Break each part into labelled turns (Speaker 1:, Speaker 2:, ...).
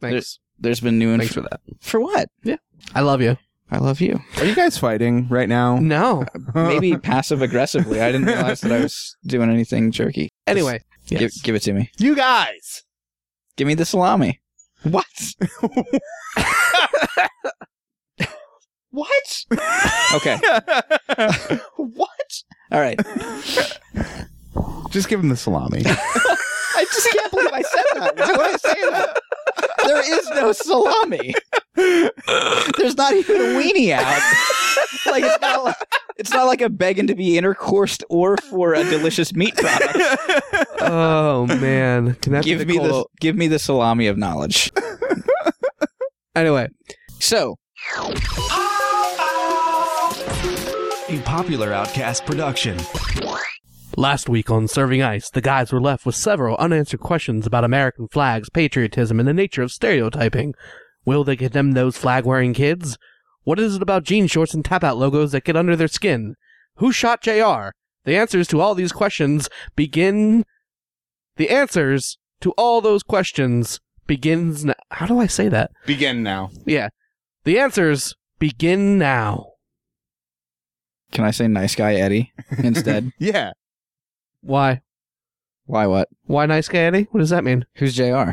Speaker 1: Thanks.
Speaker 2: There's been new info.
Speaker 1: Thanks for that.
Speaker 2: For what?
Speaker 1: I love you.
Speaker 2: I love you.
Speaker 3: Are you guys fighting right now?
Speaker 1: No.
Speaker 2: Maybe passive aggressively. I didn't realize that I was doing anything jerky.
Speaker 1: Anyway.
Speaker 2: Give,
Speaker 1: Yes.
Speaker 2: give it to me.
Speaker 3: You guys.
Speaker 2: Give me the salami.
Speaker 1: What?
Speaker 2: What? Okay. what? All right.
Speaker 3: Just give him the salami.
Speaker 2: I just can't believe I said that. Why would I say that? There is no salami. There's not even a weenie out. Like it's not like, it's not like a begging to be intercoursed or for a delicious meat product.
Speaker 1: Oh man. Can that
Speaker 2: Give
Speaker 1: be
Speaker 2: me
Speaker 1: the
Speaker 2: the
Speaker 1: cold-
Speaker 2: give me the salami of knowledge.
Speaker 1: Anyway.
Speaker 2: So
Speaker 4: A popular Outcast production.
Speaker 5: Last week on Serving Ice, the guys were left with several unanswered questions about American flags, patriotism, and the nature of stereotyping. Will they condemn those flag wearing kids? What is it about jean shorts and tap out logos that get under their skin? Who shot JR? The answers to all these questions begin. The answers to all those questions begins. N- How do I say that?
Speaker 3: Begin now.
Speaker 5: Yeah. The answers begin now.
Speaker 2: can I say nice guy Eddie instead?
Speaker 3: Yeah.
Speaker 5: Why?
Speaker 2: Why what?
Speaker 5: Why nice guy Eddie? What does that mean?
Speaker 2: Who's JR?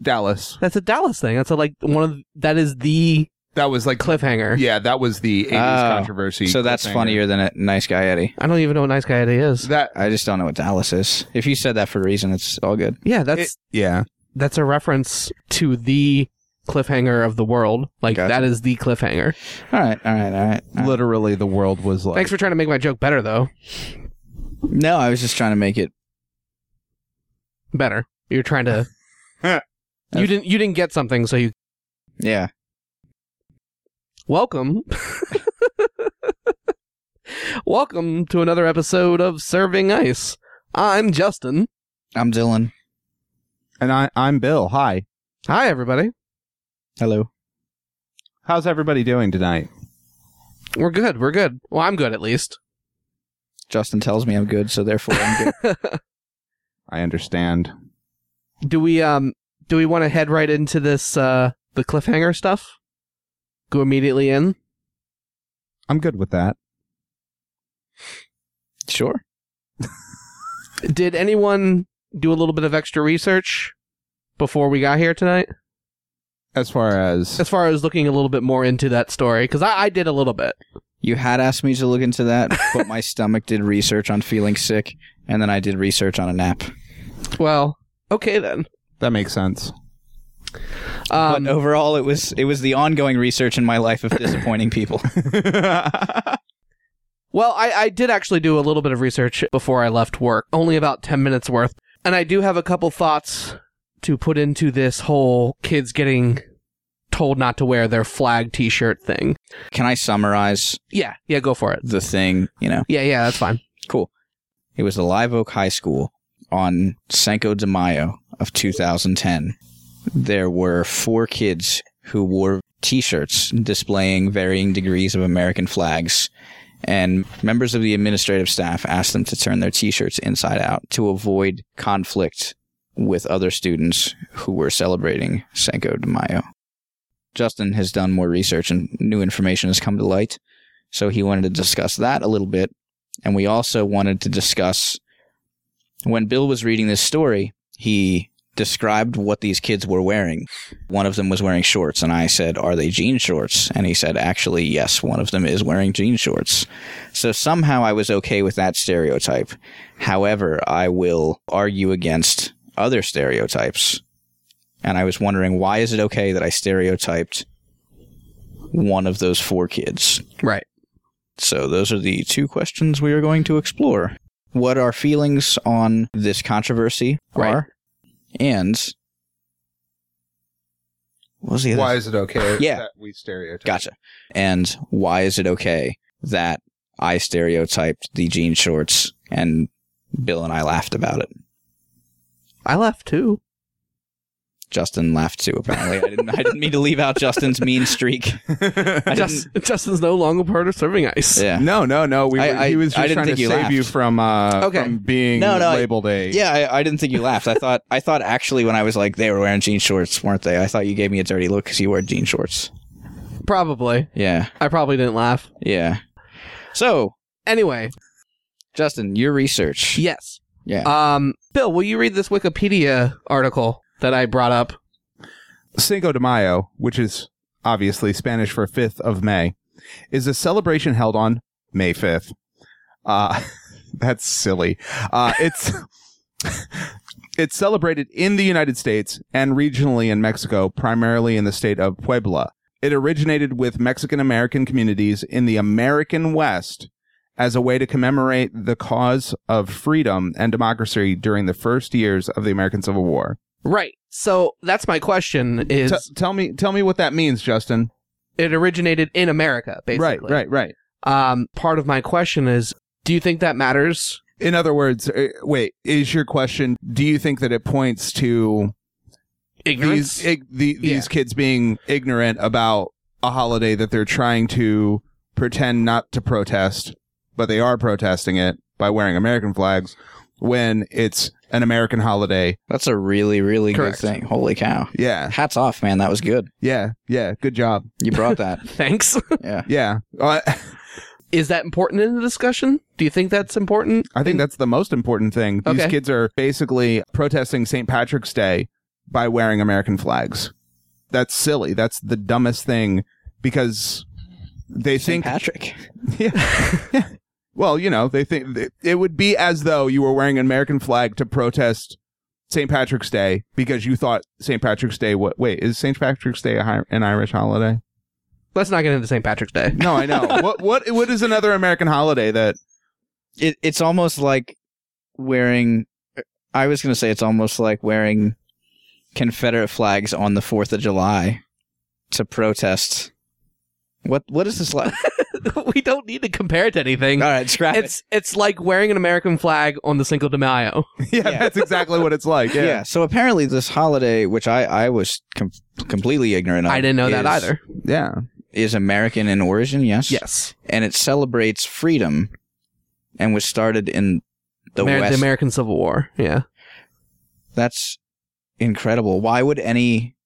Speaker 3: Dallas.
Speaker 5: That's a Dallas thing. That's a, like one of that is the
Speaker 3: That was like
Speaker 5: cliffhanger.
Speaker 3: Yeah, that was the 80s
Speaker 2: Oh.
Speaker 3: controversy.
Speaker 2: So that's
Speaker 3: cliffhanger.
Speaker 2: funnier than a nice guy Eddie.
Speaker 5: I don't even know what nice guy Eddie is.
Speaker 3: That
Speaker 2: I just don't know what Dallas is. If you said that for a reason, it's all good.
Speaker 5: yeah, that's
Speaker 3: it- yeah.
Speaker 5: that's a reference to the cliffhanger of the world. Like
Speaker 2: Gotcha.
Speaker 5: that is the cliffhanger.
Speaker 2: All right, all right, all right. all right.
Speaker 3: Literally the world was like
Speaker 5: Thanks for trying to make my joke better though.
Speaker 2: No, I was just trying to make it.
Speaker 5: Better. You're trying to You didn't you didn't get something so you
Speaker 2: Yeah.
Speaker 5: welcome. welcome to another episode of Serving Ice. I'm Justin.
Speaker 2: I'm Dylan.
Speaker 3: And I I'm Bill. Hi.
Speaker 5: Hi everybody.
Speaker 2: Hello.
Speaker 3: How's everybody doing tonight?
Speaker 5: We're good. We're good. Well, I'm good at least.
Speaker 2: Justin tells me I'm good, so therefore I'm good.
Speaker 3: I understand.
Speaker 5: Do we um do we want to head right into this uh the cliffhanger stuff? Go immediately in.
Speaker 3: I'm good with that.
Speaker 2: sure.
Speaker 5: Did anyone do a little bit of extra research before we got here tonight?
Speaker 3: As far as
Speaker 5: As far as looking a little bit more into that story, because I, I did a little bit.
Speaker 2: You had asked me to look into that, but my stomach did research on feeling sick, and then I did research on a nap.
Speaker 5: Well, okay then.
Speaker 3: that makes sense.
Speaker 5: Um,
Speaker 2: but overall, it was it was the ongoing research in my life of disappointing people.
Speaker 5: Well, I, I did actually do a little bit of research before I left work, only about 10 minutes worth. And I do have a couple thoughts to put into this whole kids getting told not to wear their flag t shirt thing.
Speaker 2: Can I summarize
Speaker 5: Yeah, yeah, go for it.
Speaker 2: the thing? You know,
Speaker 5: Yeah, yeah, that's fine.
Speaker 2: it was the Live Oak High School on Cinco de Mayo of 2010. There were four kids who wore T-shirts displaying varying degrees of American flags and members of the administrative staff asked them to turn their t-shirts inside out to avoid conflict with other students who were celebrating Cinco de Mayo. Justin has done more research and new information has come to light, so he wanted to discuss that a little bit, and we also wanted to discuss when Bill was reading this story, he described what these kids were wearing. One of them was wearing shorts, and I said, "Are they jean shorts?" And he said, "Actually, yes, one of them is wearing jean shorts." So somehow I was okay with that stereotype. However, I will argue against other stereotypes. And I was wondering why is it okay that I stereotyped one of those four kids?
Speaker 5: Right.
Speaker 2: So those are the two questions we are going to explore. What our feelings on this controversy
Speaker 5: Right.
Speaker 2: are and what was the other
Speaker 3: Why is it okay
Speaker 2: Yeah.
Speaker 3: that we stereotype?
Speaker 2: Gotcha. And why is it okay that I stereotyped the jean shorts and Bill and I laughed about it?
Speaker 5: I left too.
Speaker 2: Justin laughed too. Apparently, I didn't. I didn't mean to leave out Justin's mean streak. I
Speaker 5: Just,
Speaker 2: just
Speaker 5: Justin's no longer part of serving ice.
Speaker 2: yeah.
Speaker 3: No, no, no. We,
Speaker 2: I-
Speaker 3: were- he
Speaker 2: I-
Speaker 3: was
Speaker 2: I
Speaker 3: just
Speaker 2: didn't
Speaker 3: trying to
Speaker 2: think you
Speaker 3: save
Speaker 2: laughed.
Speaker 3: you from, uh,
Speaker 2: Okay.
Speaker 3: from being
Speaker 2: No, no, I-
Speaker 3: labeled a.
Speaker 2: Yeah, I, I didn't think you laughed. I thought I thought actually when I was like they were wearing jean shorts, weren't they? I thought you gave me a dirty look because you wore jean shorts.
Speaker 5: Probably.
Speaker 2: Yeah,
Speaker 5: I probably didn't laugh.
Speaker 2: yeah. So
Speaker 5: Anyway,
Speaker 2: Justin, your research.
Speaker 5: yes.
Speaker 2: Yeah.
Speaker 5: Um, Bill, will you read this Wikipedia article that I brought up?
Speaker 3: Cinco de Mayo, which is obviously Spanish for 5th of May, is a celebration held on May 5th. Uh, that's silly. Uh, it's. It's celebrated in the United States and regionally in Mexico, primarily in the state of Puebla. It originated with Mexican American communities in the American West as a way to commemorate the cause of freedom and democracy during the first years of the American Civil War.
Speaker 5: Right. So that's my question is
Speaker 3: T- tell me tell me what that means, Justin.
Speaker 5: it originated in America, basically.
Speaker 3: Right, right, right.
Speaker 5: right. Um, part of my question is do you think that matters?
Speaker 3: In other words, uh, wait, is your question do you think that it points to
Speaker 5: Ignorance?
Speaker 3: these ig- the, these kids being ignorant about a holiday that they're trying to pretend not to protest, but they are protesting it by wearing American flags when it's an American holiday?
Speaker 2: That's a really, really
Speaker 5: Correct.
Speaker 2: good thing. Holy cow.
Speaker 3: Yeah.
Speaker 2: Hats off, man. That was good.
Speaker 3: Yeah. Yeah, good job.
Speaker 2: You brought that.
Speaker 5: Thanks.
Speaker 2: yeah.
Speaker 3: Yeah. Uh,
Speaker 5: is that important in the discussion? Do you think that's important?
Speaker 3: I think that's the most important thing. These
Speaker 5: Okay.
Speaker 3: kids are basically protesting St. Patrick's Day by wearing American flags. That's silly. That's the dumbest thing because they
Speaker 2: St.
Speaker 3: think
Speaker 2: Patrick.
Speaker 3: well, you know, they think it would be as though you were wearing an American flag to protest St. Patrick's Day because you thought St. Patrick's Day what wait, is St. Patrick's Day a hi- an Irish holiday?
Speaker 5: Let's not get into St. Patrick's Day.
Speaker 3: No, I know. what what what is another American holiday that
Speaker 2: It, it's almost like wearing. I was going to say it's almost like wearing Confederate flags on the 4th of July to protest. What What is this like?
Speaker 5: we don't need to compare it to anything.
Speaker 2: All right, scrap it.
Speaker 5: It's it's like wearing an American flag on the Cinco de Mayo.
Speaker 3: yeah,
Speaker 2: Yeah.
Speaker 3: that's exactly what it's like.
Speaker 2: Yeah.
Speaker 3: Yeah.
Speaker 2: So apparently, this holiday, which I, I was com- completely ignorant of,
Speaker 5: I didn't know that
Speaker 2: is-
Speaker 5: either.
Speaker 3: Yeah.
Speaker 2: Is American in origin, yes?
Speaker 5: Yes,
Speaker 2: and it celebrates freedom and was started in the
Speaker 5: Amer-
Speaker 2: West.
Speaker 5: American Civil War. Yeah,
Speaker 2: That's incredible. Why would any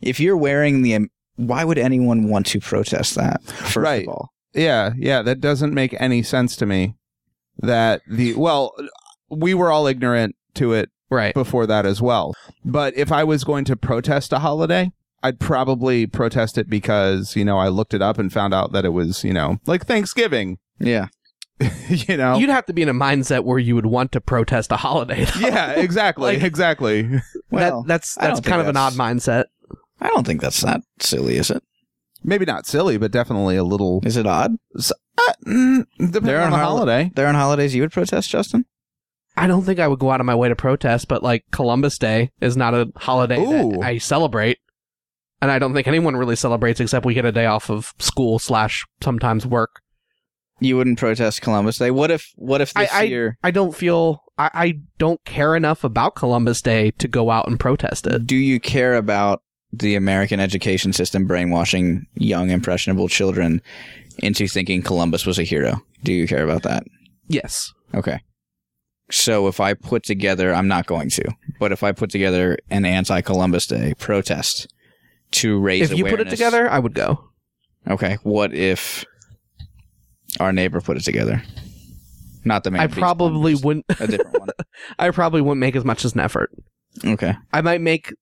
Speaker 2: if you're wearing the why would anyone want to protest that? First
Speaker 3: Right.
Speaker 2: of all.
Speaker 3: Yeah, yeah, that doesn't make any sense to me. That the well, we were all ignorant to it
Speaker 5: right.
Speaker 3: before that as well. But if I was going to protest a holiday, I'd probably protest it because, you know, I looked it up and found out that it was, you know, like Thanksgiving,
Speaker 2: Yeah.
Speaker 3: you know.
Speaker 5: You'd have to be in a mindset where you would want to protest a holiday. though.
Speaker 3: yeah, exactly,
Speaker 5: Like-
Speaker 3: exactly.
Speaker 2: Well,
Speaker 5: that, that's
Speaker 2: I don't
Speaker 5: that's
Speaker 2: think
Speaker 5: kind of an odd
Speaker 2: that's-
Speaker 5: mindset.
Speaker 2: I don't think that's that silly, is it?
Speaker 3: Maybe not silly, but definitely a little
Speaker 2: Is it odd?
Speaker 3: uh, mm, depending
Speaker 2: They're
Speaker 3: on
Speaker 2: on
Speaker 3: the
Speaker 2: hol-
Speaker 3: holiday.
Speaker 2: There on holidays you would protest, Justin?
Speaker 5: I don't think I would go out of my way to protest, but like Columbus Day is not a holiday
Speaker 3: Ooh.
Speaker 5: that I celebrate, and I don't think anyone really celebrates except we get a day off of school slash sometimes work.
Speaker 2: You wouldn't protest Columbus Day. What if what if
Speaker 5: I-
Speaker 2: this year
Speaker 5: I don't feel I, I don't care enough about Columbus Day to go out and protest it.
Speaker 3: Mm.
Speaker 2: do you care about the American education system brainwashing young impressionable children into thinking Columbus was a hero? Do you care about that?
Speaker 5: Yes.
Speaker 2: Okay. So if I put together, I'm not going to, but if I put together an anti Columbus Day protest to raise
Speaker 5: if you put it
Speaker 2: awareness-
Speaker 5: together, I would go.
Speaker 2: okay. What if our neighbor put it together? Not the man.
Speaker 5: I probably wouldn't
Speaker 2: a different one.
Speaker 5: I probably wouldn't make as much as an effort.
Speaker 2: Okay,
Speaker 5: I might make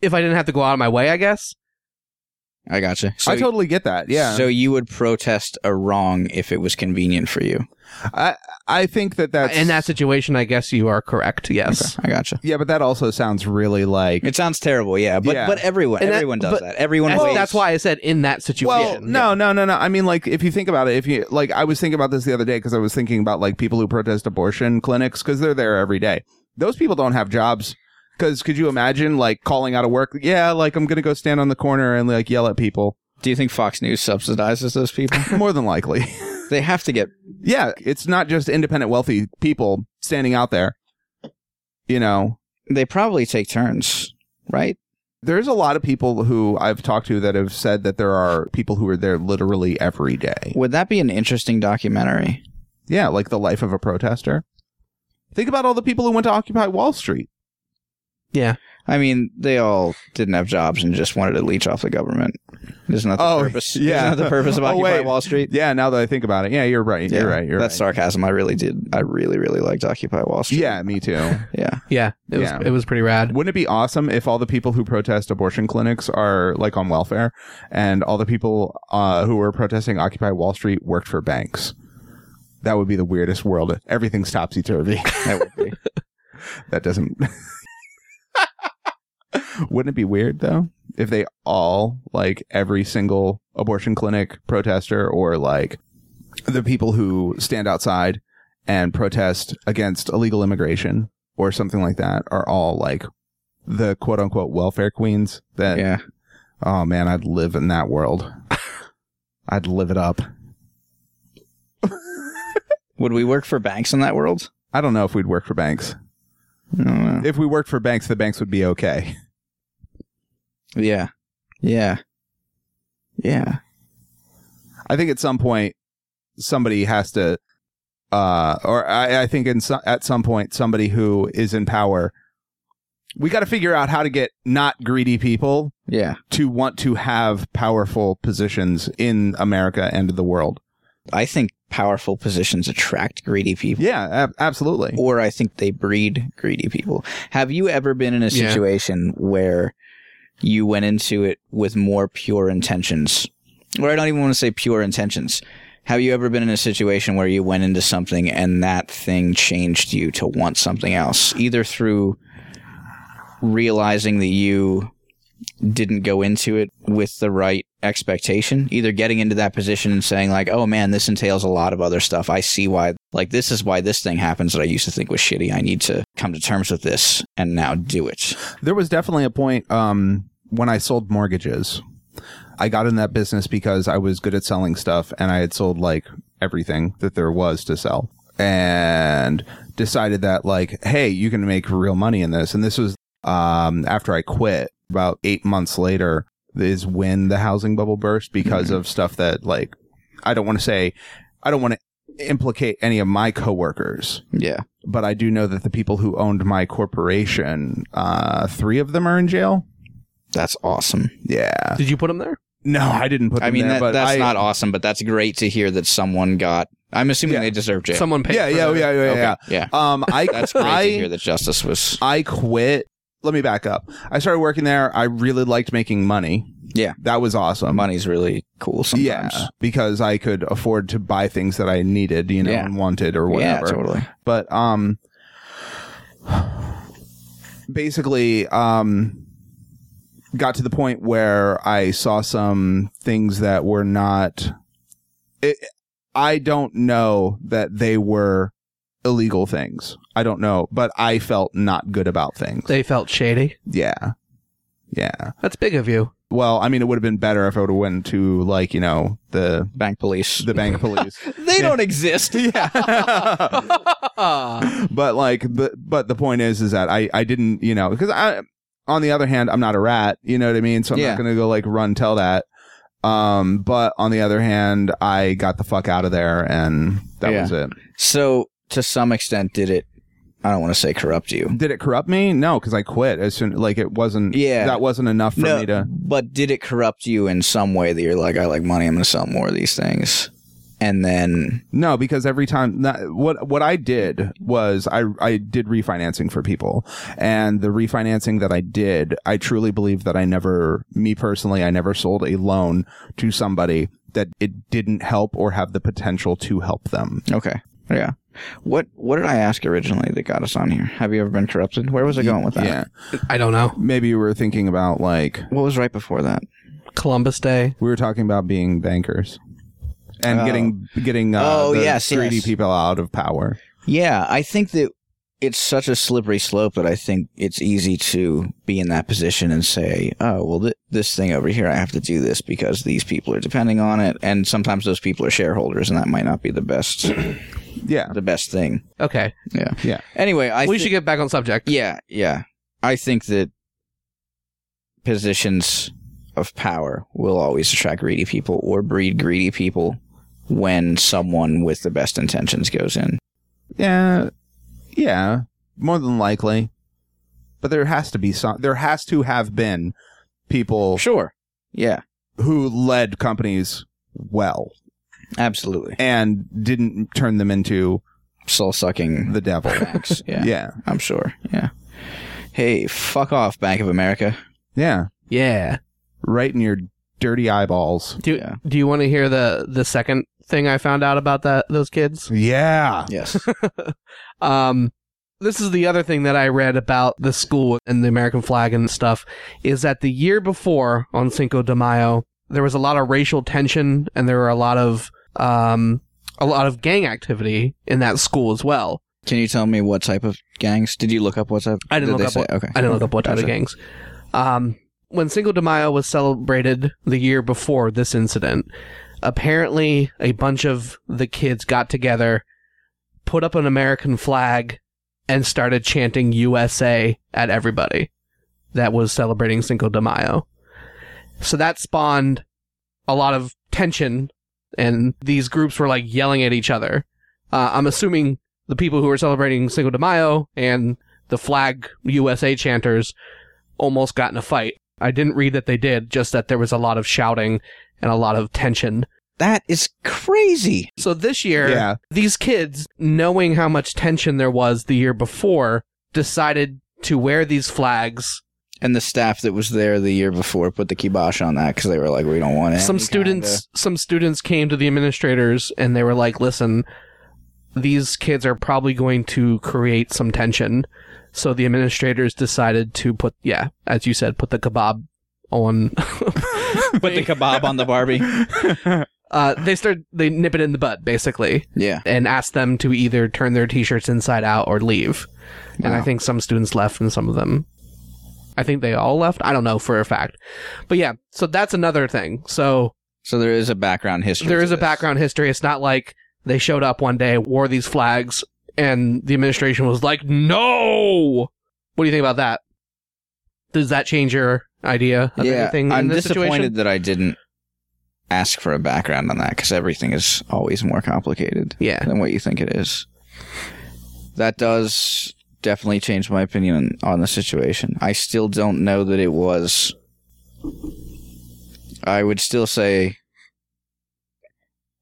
Speaker 5: if I didn't have to go out of my way, I guess.
Speaker 2: I gotcha. So,
Speaker 3: I totally get that. Yeah.
Speaker 2: So you would protest a wrong if it was convenient for you.
Speaker 3: I I think that that's
Speaker 5: In that situation, I guess you are correct. Yes.
Speaker 2: I gotcha.
Speaker 3: Yeah, but that also sounds really like
Speaker 2: It sounds terrible, yeah, but
Speaker 3: Yeah.
Speaker 2: but everyone
Speaker 5: And that-
Speaker 2: everyone does
Speaker 5: but-
Speaker 2: that. Everyone
Speaker 5: That's,
Speaker 2: waves.
Speaker 5: that's why I said in that
Speaker 3: Well,
Speaker 5: situation.
Speaker 3: no, no, no, no. I mean, like, if you think about it, if you like, I was thinking about this the other day because I was thinking about like people who protest abortion clinics because they're there every day. Those people don't have jobs. Because could you imagine like calling out of work? Yeah, like I'm gonna go stand on the corner and like yell at people.
Speaker 2: Do you think Fox News subsidizes those people?
Speaker 3: More than likely,
Speaker 2: they have to get
Speaker 3: yeah. It's not just independent wealthy people standing out there. You know,
Speaker 2: they probably take turns right?
Speaker 3: There's a lot of people who I've talked to that have said that there are people who are there literally every day.
Speaker 2: Would that be an interesting documentary?
Speaker 3: Yeah, like the life of a protester. Think about all the people who went to Occupy Wall Street.
Speaker 2: I mean, they all didn't have jobs and just wanted to leech off the government. Isn't that the
Speaker 3: Oh,
Speaker 2: purpose?
Speaker 3: yeah.
Speaker 2: Isn't that the purpose of
Speaker 3: Oh,
Speaker 2: Occupy
Speaker 3: wait.
Speaker 2: Wall Street?
Speaker 3: Yeah, now that I think about it, yeah, you're right.
Speaker 2: Yeah,
Speaker 3: you're right. You're
Speaker 2: That's
Speaker 3: right.
Speaker 2: sarcasm. I really did. I really, really liked Occupy Wall Street.
Speaker 3: Yeah, me too.
Speaker 2: Yeah.
Speaker 5: Yeah, it was
Speaker 3: Yeah.
Speaker 5: it was pretty rad.
Speaker 3: Wouldn't it be awesome if all the people who protest abortion clinics are like on welfare, and all the people uh, who were protesting Occupy Wall Street worked for banks? That would be the weirdest world. Everything's topsy turvy.
Speaker 2: That would be.
Speaker 3: that doesn't. Wouldn't it be weird though if they all like every single abortion clinic protester or like the people who stand outside and protest against illegal immigration or something like that are all like the quote unquote welfare queens that
Speaker 2: yeah.
Speaker 3: oh man I'd live in that world. I'd live it up.
Speaker 2: Would we work for banks in that world?
Speaker 3: I don't know if we'd work for banks.
Speaker 2: I don't know.
Speaker 3: If we worked for banks the banks would be okay.
Speaker 2: Yeah. Yeah. Yeah.
Speaker 3: I think at some point somebody has to, uh, or I, I think in so, at some point somebody who is in power, we got to figure out how to get not greedy people
Speaker 2: Yeah.
Speaker 3: to want to have powerful positions in America and the world.
Speaker 2: I think powerful positions attract greedy people.
Speaker 3: Yeah, ab- absolutely.
Speaker 2: Or I think they breed greedy people. Have you ever been in a
Speaker 5: Yeah.
Speaker 2: situation where you went into it with more pure intentions? Or I don't even want to say pure intentions. Have you ever been in a situation where you went into something and that thing changed you to want something else? Either through realizing that you didn't go into it with the right expectation either getting into that position and saying like oh man this entails a lot of other stuff i see why like this is why this thing happens that i used to think was shitty i need to come to terms with this and now do it
Speaker 3: There was definitely a point um, when I sold mortgages. I got in that business because I was good at selling stuff and I had sold like everything that there was to sell and decided that, like, hey, you can make real money in this. And this was um, after I quit about eight months later, is when the housing bubble burst because of stuff that, like, I don't want to say, I don't want to implicate any of my coworkers
Speaker 2: yeah
Speaker 3: but I do know that the people who owned my corporation, uh, three of them are in jail.
Speaker 2: that's awesome
Speaker 3: Yeah.
Speaker 5: Did you put him there?
Speaker 3: No, I didn't put. Them
Speaker 2: i mean
Speaker 3: there,
Speaker 2: that,
Speaker 3: but
Speaker 2: that's
Speaker 3: I-
Speaker 2: not awesome but that's great to hear that someone got i'm assuming
Speaker 3: Yeah.
Speaker 2: they deserve jail
Speaker 5: Someone paid.
Speaker 3: Yeah,
Speaker 5: for
Speaker 3: yeah,
Speaker 5: that.
Speaker 3: yeah, yeah, yeah,
Speaker 2: Okay,
Speaker 3: yeah.
Speaker 2: yeah
Speaker 3: Um, I
Speaker 2: that's great
Speaker 3: I,
Speaker 2: to hear that justice was
Speaker 3: I quit. Let me back up. I started working there. I really liked making money.
Speaker 2: Yeah.
Speaker 3: that was awesome.
Speaker 2: money's really cool sometimes
Speaker 3: Um, Yeah, because I could afford to buy things that I needed, you know,
Speaker 2: Yeah.
Speaker 3: and wanted or whatever.
Speaker 2: yeah totally
Speaker 3: but um basically um got to the point where i saw some things that were not it, i don't know that they were illegal things i don't know but i felt not good about things
Speaker 5: They felt shady.
Speaker 3: yeah yeah
Speaker 5: That's big of you.
Speaker 3: well i mean it would have been better if i would have went to like you know the
Speaker 2: bank police
Speaker 3: the bank police
Speaker 2: they don't exist
Speaker 3: yeah
Speaker 5: Ah,
Speaker 3: but like the but the point is is that I I didn't you know because I on the other hand I'm not a rat you know what I mean so I'm
Speaker 2: Yeah.
Speaker 3: not gonna go like run tell that um but on the other hand I got the fuck out of there and that
Speaker 2: Yeah.
Speaker 3: was it
Speaker 2: So, to some extent, did it? I don't want to say corrupt you.
Speaker 3: did it corrupt me no because I quit as soon like it wasn't
Speaker 2: Yeah.
Speaker 3: that wasn't enough for me to
Speaker 2: but did it corrupt you in some way that you're like, I like money, I'm going to sell more of these things, and then
Speaker 3: No, because every time not, what what I did was I I did refinancing for people, and the refinancing that I did, I truly believe that I never, me personally, I never sold a loan to somebody that it didn't help or have the potential to help them.
Speaker 2: okay, yeah. What What did I ask originally that got us on here? Have you ever been corrupted? Where was I going with that?
Speaker 3: Yeah,
Speaker 5: I don't know.
Speaker 3: maybe you were thinking about like
Speaker 2: What was right before that?
Speaker 5: Columbus Day.
Speaker 3: we were talking about being bankers and
Speaker 2: Oh.
Speaker 3: getting getting uh,
Speaker 2: Oh,
Speaker 3: the
Speaker 2: yes,
Speaker 3: greedy
Speaker 2: yes.
Speaker 3: people out of power.
Speaker 2: Yeah, I think that it's such a slippery slope that I think it's easy to be in that position and say, oh, well, th- this thing over here, I have to do this because these people are depending on it. And sometimes those people are shareholders, and that might not be the best
Speaker 3: Yeah,
Speaker 2: the best thing.
Speaker 5: Okay,
Speaker 2: Yeah.
Speaker 3: Yeah.
Speaker 2: Anyway, I
Speaker 5: we
Speaker 2: thi-
Speaker 5: should get back on subject.
Speaker 2: Yeah, yeah. I think that positions of power will always attract greedy people or breed greedy people when someone with the best intentions goes in.
Speaker 3: Yeah, yeah, more than likely. But there has to be some. There has to have been people
Speaker 2: Sure. Yeah,
Speaker 3: who led companies well
Speaker 2: absolutely.
Speaker 3: and didn't turn them into
Speaker 2: Soul sucking
Speaker 3: the devil.
Speaker 2: facts. Yeah,
Speaker 3: yeah,
Speaker 2: I'm sure. Yeah. Hey, fuck off, Bank of America.
Speaker 3: yeah,
Speaker 5: Yeah.
Speaker 3: right in your dirty eyeballs.
Speaker 5: Do
Speaker 2: Yeah.
Speaker 5: Do you want to hear the the second thing I found out about that those kids?
Speaker 3: Yeah,
Speaker 2: Yes.
Speaker 5: Um, this is the other thing that I read about the school and the American flag and stuff is that the year before on Cinco de Mayo, there was a lot of racial tension and there were a lot of um, a lot of gang activity in that school as well.
Speaker 2: Can you tell me what type of gangs? Did you look up what type?
Speaker 5: I didn't
Speaker 2: did
Speaker 5: look
Speaker 2: they
Speaker 5: up
Speaker 2: say? Okay.
Speaker 5: I didn't look up what type of
Speaker 2: Gotcha.
Speaker 5: gangs. Um, when Cinco de Mayo was celebrated the year before this incident, apparently a bunch of the kids got together, put up an American flag, and started chanting USA at everybody that was celebrating Cinco de Mayo. So that spawned a lot of tension, and these groups were like yelling at each other. Uh, I'm assuming the people who were celebrating Cinco de Mayo and the flag USA chanters almost got in a fight. I didn't read that they did, just that there was a lot of shouting and a lot of tension.
Speaker 2: That is crazy.
Speaker 5: So this year,
Speaker 3: yeah.
Speaker 5: these kids, knowing how much tension there was the year before, decided to wear these flags.
Speaker 2: And the staff that was there the year before put the kibosh on that because they were like, we don't want it.
Speaker 5: some students some students came to the administrators and they were like, "Listen, these kids are probably going to create some tension." So the administrators decided to put yeah, as you said, put the kebab on
Speaker 2: put the kebab on the Barbie.
Speaker 5: uh, they start they nip it in the bud basically
Speaker 2: Yeah.
Speaker 5: and ask them to either turn their t-shirts inside out or leave and i
Speaker 2: Wow.
Speaker 5: think some students left and some of them i think they all left i don't know for a fact but yeah so that's another thing so
Speaker 2: So there is a background history.
Speaker 5: there
Speaker 2: to
Speaker 5: is a
Speaker 2: this.
Speaker 5: background history it's not like they showed up one day wore these flags and the administration was like no what do you think about that does that change your idea of
Speaker 2: yeah,
Speaker 5: anything
Speaker 2: I'm
Speaker 5: in this
Speaker 2: disappointed
Speaker 5: situation?
Speaker 2: that I didn't ask for a background on that because everything is always more complicated
Speaker 5: yeah
Speaker 2: than what you think it is. That does definitely change my opinion on the situation. I still don't know that it was. I would still say.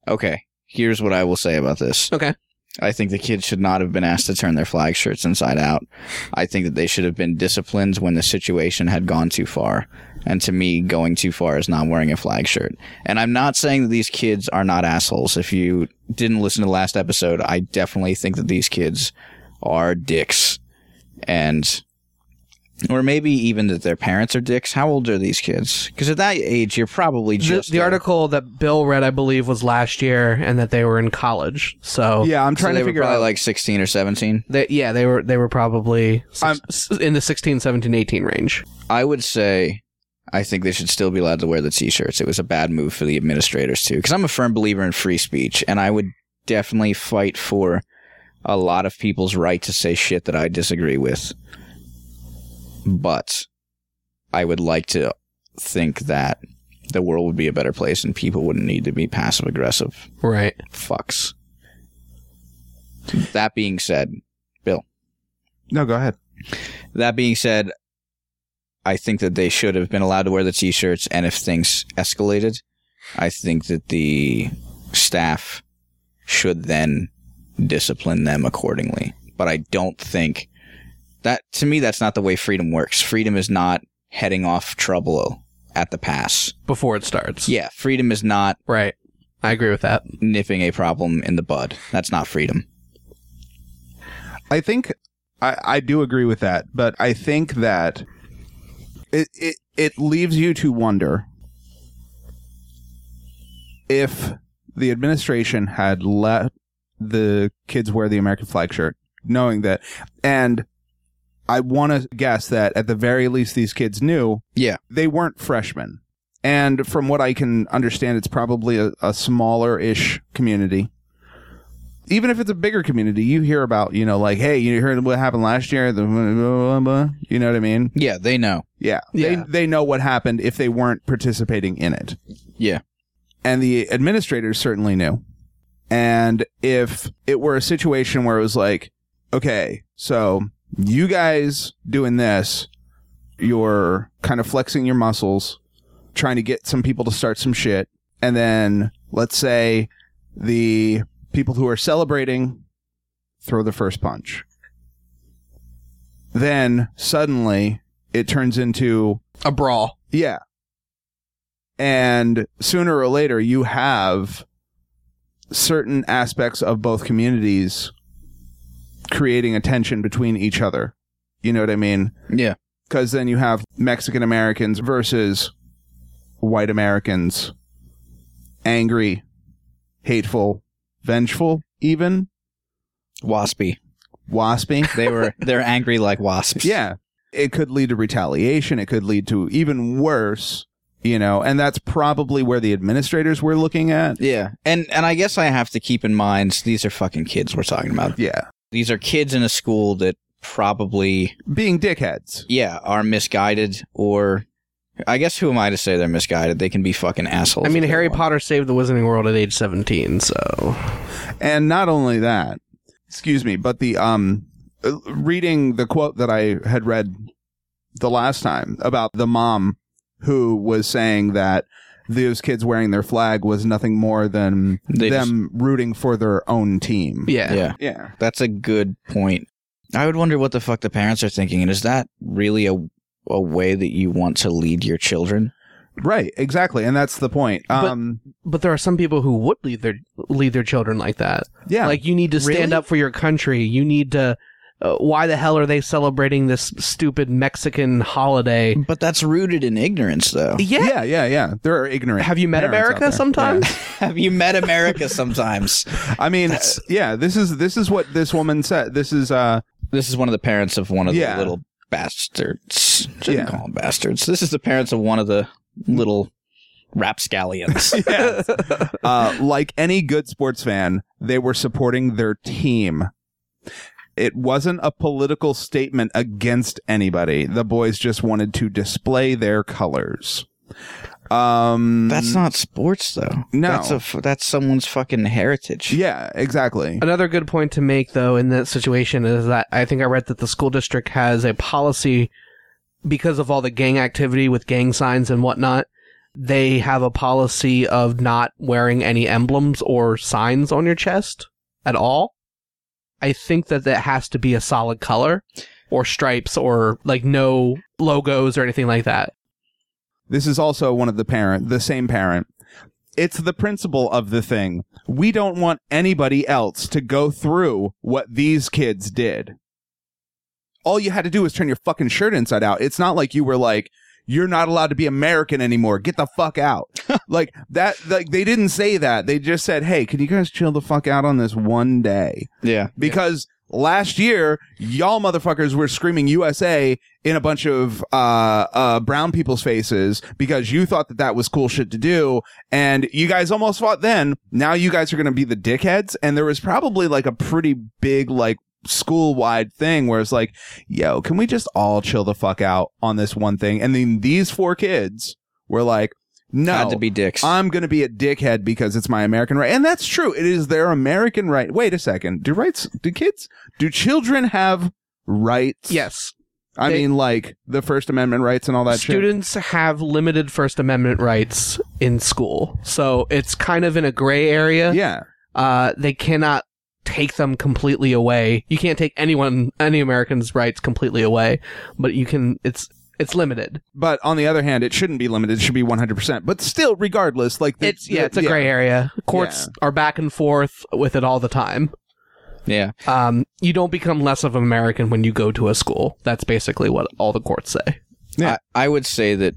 Speaker 2: Okay, here's what I will say about this.
Speaker 5: okay
Speaker 2: I think the kids should not have been asked to turn their flag shirts inside out. I think that they should have been disciplined when the situation had gone too far. And to me, going too far is not wearing a flag shirt. And I'm not saying that these kids are not assholes. If you didn't listen to the last episode, I definitely think that these kids are dicks. And, or maybe even that their parents are dicks. How old are these kids? Because at that age, you're probably
Speaker 5: the,
Speaker 2: just
Speaker 5: the
Speaker 2: a-
Speaker 5: article that Bill read, I believe, was last year, and that they were in college. So
Speaker 3: Yeah, I'm
Speaker 2: So
Speaker 3: trying
Speaker 2: they
Speaker 3: to
Speaker 2: were
Speaker 3: figure
Speaker 2: probably
Speaker 3: out.
Speaker 2: like 16 or 17.
Speaker 5: they, yeah, they were they were probably six-
Speaker 3: I'm-
Speaker 5: s- in the 16, 17, 18 range.
Speaker 2: I would say I think they should still be allowed to wear the t-shirts. It was a bad move for the administrators too cuz I'm a firm believer in free speech and I would definitely fight for a lot of people's right to say shit that I disagree with. But I would like to think that the world would be a better place and people wouldn't need to be passive aggressive
Speaker 5: Right.
Speaker 2: fucks. That being said,
Speaker 3: no, go ahead.
Speaker 2: that being said, I think that they should have been allowed to wear the t-shirts, and if things escalated, I think that the staff should then discipline them accordingly. But I don't think that to me that's not the way freedom works. Freedom is not heading off trouble at the pass.
Speaker 5: Before it starts.
Speaker 2: Yeah, freedom is not
Speaker 5: Right. I agree with that.
Speaker 2: nipping a problem in the bud. That's not freedom.
Speaker 3: I think I, I do agree with that, but I think that it, it it leaves you to wonder if the administration had let the kids wear the American flag shirt, knowing that, and I want to guess that at the very least these kids knew,
Speaker 2: Yeah.
Speaker 3: they weren't freshmen, and from what I can understand, it's probably a, a smaller ish community even if it's a bigger community, you hear about, you know, like, hey, you heard what happened last year? The blah, blah, blah, blah. You know what I mean?
Speaker 2: Yeah, they know.
Speaker 3: Yeah.
Speaker 1: Yeah.
Speaker 3: They, they know what happened if they weren't participating in it.
Speaker 2: Yeah.
Speaker 3: And the administrators certainly knew. And if it were a situation where it was like, okay, so you guys doing this, you're kind of flexing your muscles, trying to get some people to start some shit. And then let's say the people who are celebrating throw the first punch. Then suddenly it turns into
Speaker 1: A brawl.
Speaker 3: yeah. And sooner or later, you have certain aspects of both communities creating a tension between each other. You know what I mean?
Speaker 2: Yeah.
Speaker 3: Because then you have Mexican Americans versus white Americans, angry, hateful, vengeful, even
Speaker 2: Waspy.
Speaker 3: waspy.
Speaker 2: They were they're angry like wasps.
Speaker 3: Yeah. It could lead to retaliation. It could lead to even worse, you know, and that's probably where the administrators were looking at.
Speaker 2: Yeah. And and I guess I have to keep in mind these are fucking kids we're talking about.
Speaker 3: Yeah.
Speaker 2: These are kids in a school that probably
Speaker 3: Being dickheads.
Speaker 2: yeah, are misguided or I guess who am I to say they're misguided? They can be fucking assholes.
Speaker 5: I mean,
Speaker 2: if they
Speaker 5: Harry
Speaker 2: want.
Speaker 5: Potter saved the Wizarding World at age 17, so.
Speaker 3: And not only that, excuse me, but the, um, uh, reading the quote that I had read the last time about the mom who was saying that those kids wearing their flag was nothing more than
Speaker 2: They just-
Speaker 3: them rooting for their own team.
Speaker 5: Yeah.
Speaker 2: Yeah.
Speaker 3: Yeah.
Speaker 2: That's a good point. I would wonder what the fuck the parents are thinking and is that really a a way that you want to lead your children?
Speaker 3: Right. Exactly. And that's the point.
Speaker 5: But-
Speaker 3: Um,
Speaker 5: But there are some people who would lead their lead their children like that.
Speaker 3: yeah.
Speaker 5: Like you need to stand
Speaker 2: Really?
Speaker 5: up for your country. You need to. Uh, why the hell are they celebrating this stupid Mexican holiday?
Speaker 2: But that's rooted in ignorance though.
Speaker 5: Yeah.
Speaker 3: Yeah, yeah, yeah. There are ignorant.
Speaker 5: Have you met
Speaker 3: parents out there.
Speaker 5: America sometimes?
Speaker 2: Have you met America sometimes?
Speaker 3: I mean,
Speaker 2: That's-
Speaker 3: yeah. This is this is what this woman said. This is uh,
Speaker 2: This is one of the parents of one of
Speaker 3: Yeah.
Speaker 2: the little bastards. Shouldn't
Speaker 3: Yeah.
Speaker 2: call them bastards. This is the parents of one of the little rapscallions.
Speaker 3: uh, like any good sports fan, they were supporting their team. It wasn't a political statement against anybody. The boys just wanted to display their colors. Um,
Speaker 2: that's not sports, though.
Speaker 3: No.
Speaker 2: that's a f- that's someone's fucking heritage.
Speaker 3: Yeah, exactly.
Speaker 5: Another good point to make, though, in that situation is that I think I read that the school district has a policy because of all the gang activity with gang signs and whatnot. They have a policy of not wearing any emblems or signs on your chest at all. I think that that has to be a solid color or stripes or like no logos or anything like that.
Speaker 3: This is also one of the parent, the same parent. It's the principle of the thing. We don't want anybody else to go through what these kids did. All you had to do was turn your fucking shirt inside out. It's not like you were like, you're not allowed to be American anymore. Get the fuck out. like that, like they didn't say that. They just said, hey, can you guys chill the fuck out on this one day?
Speaker 2: yeah.
Speaker 3: Because last year, y'all motherfuckers were screaming USA in a bunch of uh, uh, brown people's faces because you thought that that was cool shit to do. And you guys almost fought then. Now you guys are going to be the dickheads. And there was probably like a pretty big, like, school wide thing where it's like, yo, can we just all chill the fuck out on this one thing? And then these four kids were like, no.
Speaker 2: had to be dicks.
Speaker 3: I'm going to be a dickhead because it's my American right. And that's true. It is their American right. Wait a second. Do rights, do kids, do children have rights?
Speaker 5: Yes.
Speaker 3: I
Speaker 5: They-
Speaker 3: mean, like the First Amendment rights and all that shit.
Speaker 5: students have limited First Amendment rights in school. So it's kind of in a gray area.
Speaker 3: Yeah.
Speaker 5: uh, they cannot take them completely away. You can't take anyone, any American's rights completely away, but you can. It's it's limited.
Speaker 3: But on the other hand, it shouldn't be limited. It should be 100%. But still, regardless, like the-
Speaker 5: It's yeah, it's a gray area. Courts are back and forth with it all the time.
Speaker 2: yeah.
Speaker 5: Um, you don't become less of an American when you go to a school. That's basically what all the courts say.
Speaker 3: Yeah.
Speaker 2: I, I would say that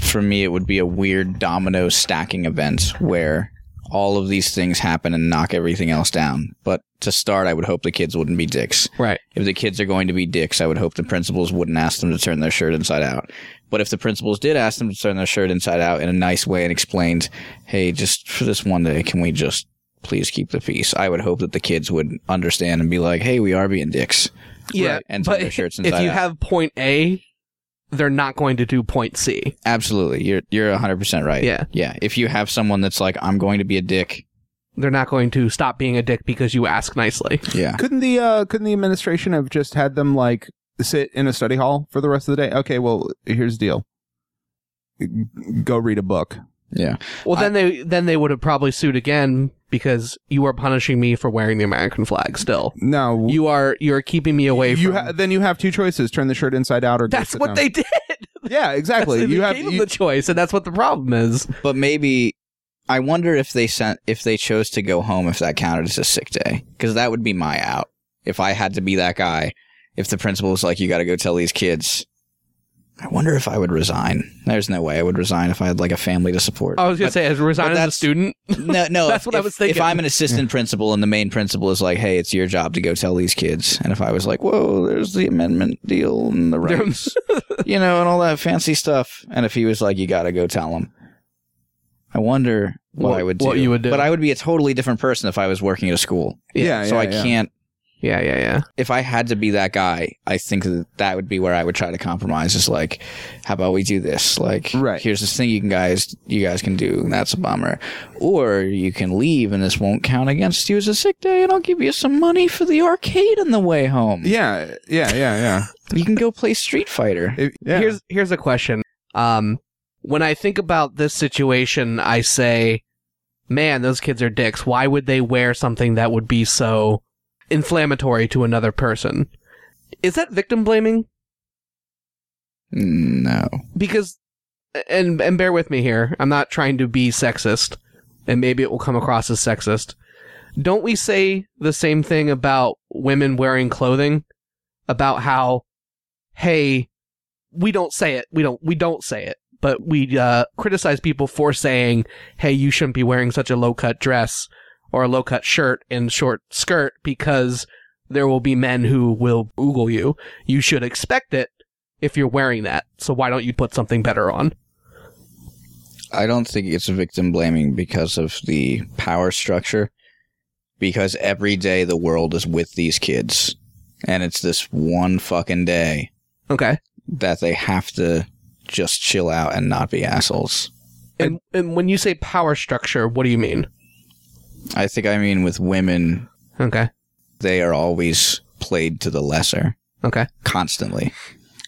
Speaker 2: for me, it would be a weird domino stacking event where all of these things happen and knock everything else down. But to start, I would hope the kids wouldn't be dicks.
Speaker 5: Right.
Speaker 2: If the kids are going to be dicks, I would hope the principals wouldn't ask them to turn their shirt inside out. But if the principals did ask them to turn their shirt inside out in a nice way and explained, hey, just for this one day, can we just please keep the peace. I would hope that the kids would understand and be like, hey, we are being dicks.
Speaker 5: Yeah,
Speaker 2: Right, and turn
Speaker 5: but
Speaker 2: their shirts
Speaker 5: if
Speaker 2: inside
Speaker 5: you
Speaker 2: out.
Speaker 5: have point A, they're not going to do point C.
Speaker 2: Absolutely. You're you're 100% right.
Speaker 5: Yeah.
Speaker 2: Yeah. If you have someone that's like, I'm going to be a dick.
Speaker 5: They're not going to stop being a dick because you ask nicely.
Speaker 2: Yeah.
Speaker 3: Couldn't the uh, couldn't the administration have just had them like sit in a study hall for the rest of the day? Okay, well here's the deal. Go read a book.
Speaker 2: Yeah.
Speaker 5: Well, then they then they would have probably sued again because you are punishing me for wearing the American flag. Still,
Speaker 3: No,
Speaker 5: you are you are keeping me away.
Speaker 3: you
Speaker 5: from...
Speaker 3: ha- then you have two choices: turn the shirt inside out or go
Speaker 5: that's
Speaker 3: sit
Speaker 5: what
Speaker 3: down.
Speaker 5: they did.
Speaker 3: Yeah, exactly.
Speaker 5: They
Speaker 3: you
Speaker 5: gave
Speaker 3: have
Speaker 5: them
Speaker 3: you-
Speaker 5: the choice, and that's what the problem is.
Speaker 2: But maybe I wonder if they sent if they chose to go home if that counted as a sick day because that would be my out. If I had to be that guy, if the principal was like, "You got to go tell these kids," I wonder if I would resign. There's no way I would resign if I had like a family to support.
Speaker 5: I was gonna say, as resign as a
Speaker 2: that's-
Speaker 5: student,
Speaker 2: no, no,
Speaker 5: That's
Speaker 2: if-
Speaker 5: what I
Speaker 2: if-
Speaker 5: was thinking.
Speaker 2: If I'm an assistant principal and the main principal is like, "Hey, it's your job to go tell these kids," and if I was like, "Whoa, there's the amendment deal and the rights," you know, and all that fancy stuff, and if he was like, "You got to go tell them," I wonder what,
Speaker 5: What-
Speaker 2: I would do.
Speaker 5: what you would do.
Speaker 2: but I would be a totally different person if I was working at a school.
Speaker 3: Yeah,
Speaker 2: so
Speaker 3: yeah,
Speaker 2: I
Speaker 3: yeah.
Speaker 2: can't.
Speaker 5: yeah, yeah, yeah.
Speaker 2: If I had to be that guy, I think that that would be where I would try to compromise. Is like, how about we do this? Like,
Speaker 3: Right.
Speaker 2: here's this thing you can guys you guys can do, and that's a bummer. Or you can leave, and this won't count against you as a sick day, and I'll give you some money for the arcade on the way home.
Speaker 3: yeah, yeah, yeah, yeah.
Speaker 2: You can go play Street Fighter.
Speaker 3: If- yeah.
Speaker 5: Here's here's a question. Um, when I think about this situation, I say, man, those kids are dicks. Why would they wear something that would be so inflammatory to another person? Is that victim blaming?
Speaker 2: No.
Speaker 5: Because, and and bear with me here. I'm not trying to be sexist, and maybe it will come across as sexist. Don't we say the same thing about women wearing clothing? About how, hey, we don't say it. We don't. We don't say it. But we uh, criticize people for saying, "Hey, you shouldn't be wearing such a low cut dress or a low cut shirt and short skirt because there will be men who will oogle you. You should expect it if you're wearing that. So why don't you put something better on?
Speaker 2: I don't think it's victim blaming because of the power structure, because every day the world is with these kids, and it's this one fucking day
Speaker 5: Okay.
Speaker 2: that they have to just chill out and not be assholes.
Speaker 5: And and when you say power structure, what do you mean?
Speaker 2: I think I mean with women,
Speaker 5: Okay.
Speaker 2: they are always played to the lesser
Speaker 5: Okay.
Speaker 2: constantly.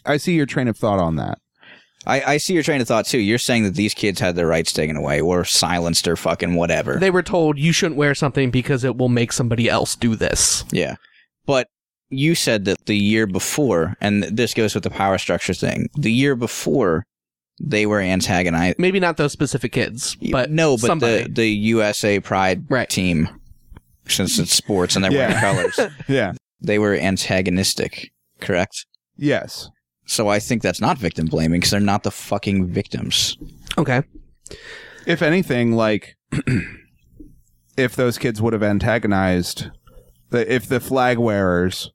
Speaker 3: I see your train of thought on that.
Speaker 2: I, I see your train of thought too. You're saying that these kids had their rights taken away or silenced or fucking whatever.
Speaker 5: They were told you shouldn't wear something because it will make somebody else do this.
Speaker 2: Yeah. But you said that the year before, and this goes with the power structure thing, the year before they were antagonized.
Speaker 5: Maybe not those specific kids, but
Speaker 2: no, but
Speaker 5: somebody.
Speaker 2: the, the USA Pride
Speaker 5: Right.
Speaker 2: team, since it's sports and they're
Speaker 3: Yeah.
Speaker 2: wearing colors,
Speaker 3: Yeah.
Speaker 2: they were antagonistic, correct?
Speaker 3: Yes.
Speaker 2: So I think that's not victim blaming because they're not the fucking victims.
Speaker 5: okay.
Speaker 3: If anything, like if those kids would have antagonized, the, if the flag wearers,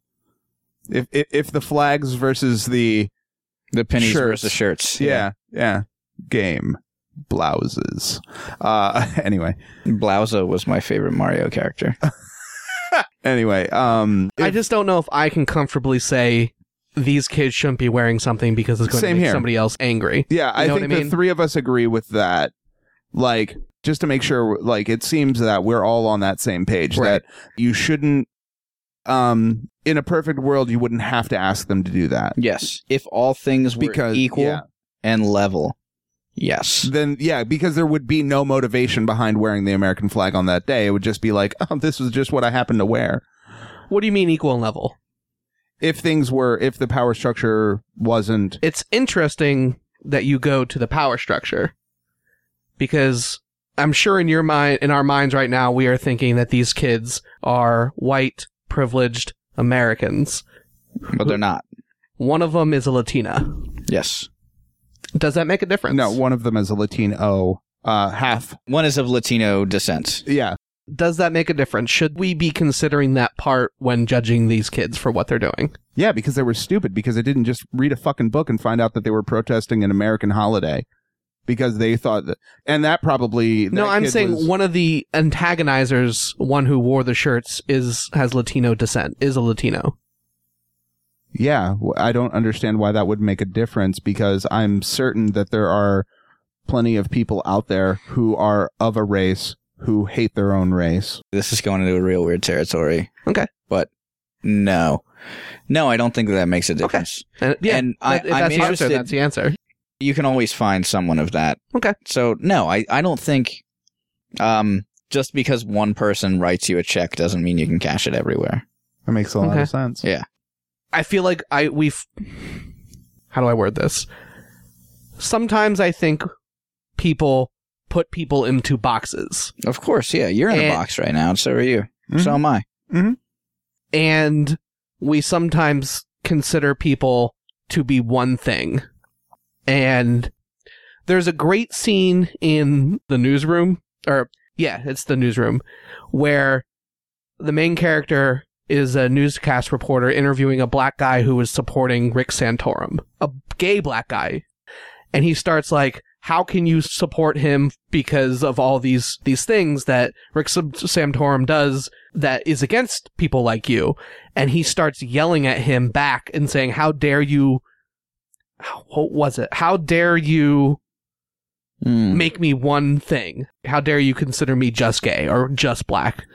Speaker 3: if, if if the flags versus the
Speaker 2: The pennies
Speaker 3: Shirts.
Speaker 2: versus shirts.
Speaker 3: yeah yeah game blouses. Uh, anyway,
Speaker 2: Blousa was my favorite Mario character.
Speaker 3: anyway. Um,
Speaker 5: I
Speaker 3: if-
Speaker 5: just don't know if I can comfortably say these kids shouldn't be wearing something because it's going
Speaker 3: Same
Speaker 5: to make
Speaker 3: here.
Speaker 5: somebody else angry.
Speaker 3: Yeah, I
Speaker 5: know what
Speaker 3: think
Speaker 5: I
Speaker 3: the
Speaker 5: mean?
Speaker 3: three of us agree with that. Like, just to make sure, like, it seems that we're all on that same page
Speaker 5: Right.
Speaker 3: that you shouldn't. Um, in a perfect world, you wouldn't have to ask them to do that
Speaker 2: Yes. If all things were
Speaker 3: because
Speaker 2: equal
Speaker 3: yeah.
Speaker 2: and level, yes.
Speaker 3: then yeah, because there would be no motivation behind wearing the American flag on that day. It would just be like, oh, this was just what I happened to wear.
Speaker 5: What do you mean equal in level?
Speaker 3: If things were, if the power structure wasn't,
Speaker 5: it's interesting that you go to the power structure because I'm sure in your mind, in our minds right now, we are thinking that these kids are white, privileged Americans.
Speaker 2: But they're not.
Speaker 5: One of them is a Latina.
Speaker 2: Yes.
Speaker 5: Does that make a difference?
Speaker 3: no, one of them is a Latino, uh, half.
Speaker 2: One is of Latino descent.
Speaker 3: Yeah,
Speaker 5: Does that make a difference? Should we be considering that part when judging these kids for what they're doing?
Speaker 3: Yeah, because they were stupid because they didn't just read a fucking book and find out that they were protesting an American holiday. because they thought that, and that probably
Speaker 5: no,
Speaker 3: that
Speaker 5: I'm
Speaker 3: kid
Speaker 5: saying
Speaker 3: was-
Speaker 5: one of the antagonizers, one who wore the shirts, is has Latino descent, is a Latino.
Speaker 3: Yeah, w- I don't understand why that would make a difference because I'm certain that there are plenty of people out there who are of a race who hate their own race.
Speaker 2: This is going into a real weird territory.
Speaker 5: Okay.
Speaker 2: But no. No, I don't think that, that makes a difference.
Speaker 5: And, yeah,
Speaker 2: And I,
Speaker 5: that- if
Speaker 2: I'm
Speaker 5: that's the answer.
Speaker 2: interested.
Speaker 5: That's the answer.
Speaker 2: you can always find someone of that.
Speaker 5: Okay.
Speaker 2: So no, I, I don't think um just because one person writes you a check doesn't mean you can cash it everywhere.
Speaker 3: That makes a lot
Speaker 5: Okay.
Speaker 3: of sense.
Speaker 2: Yeah.
Speaker 5: I feel like I we've how do I word this? Sometimes I think people put people into boxes.
Speaker 2: Of course, yeah. You're in
Speaker 5: And-
Speaker 2: a box right now, and so are you.
Speaker 3: Mhm.
Speaker 2: So am I.
Speaker 5: And we sometimes consider people to be one thing. And there's a great scene in the newsroom or yeah, it's the newsroom where the main character is a newscast reporter interviewing a black guy who is supporting Rick Santorum, a gay black guy. And he starts like, how can you support him because of all these these things that Rick Sam- Santorum does that is against people like you? And he starts yelling at him back and saying, "How dare you what was it? How dare you
Speaker 2: Mm.
Speaker 5: make me one thing. How dare you consider me just gay or just black?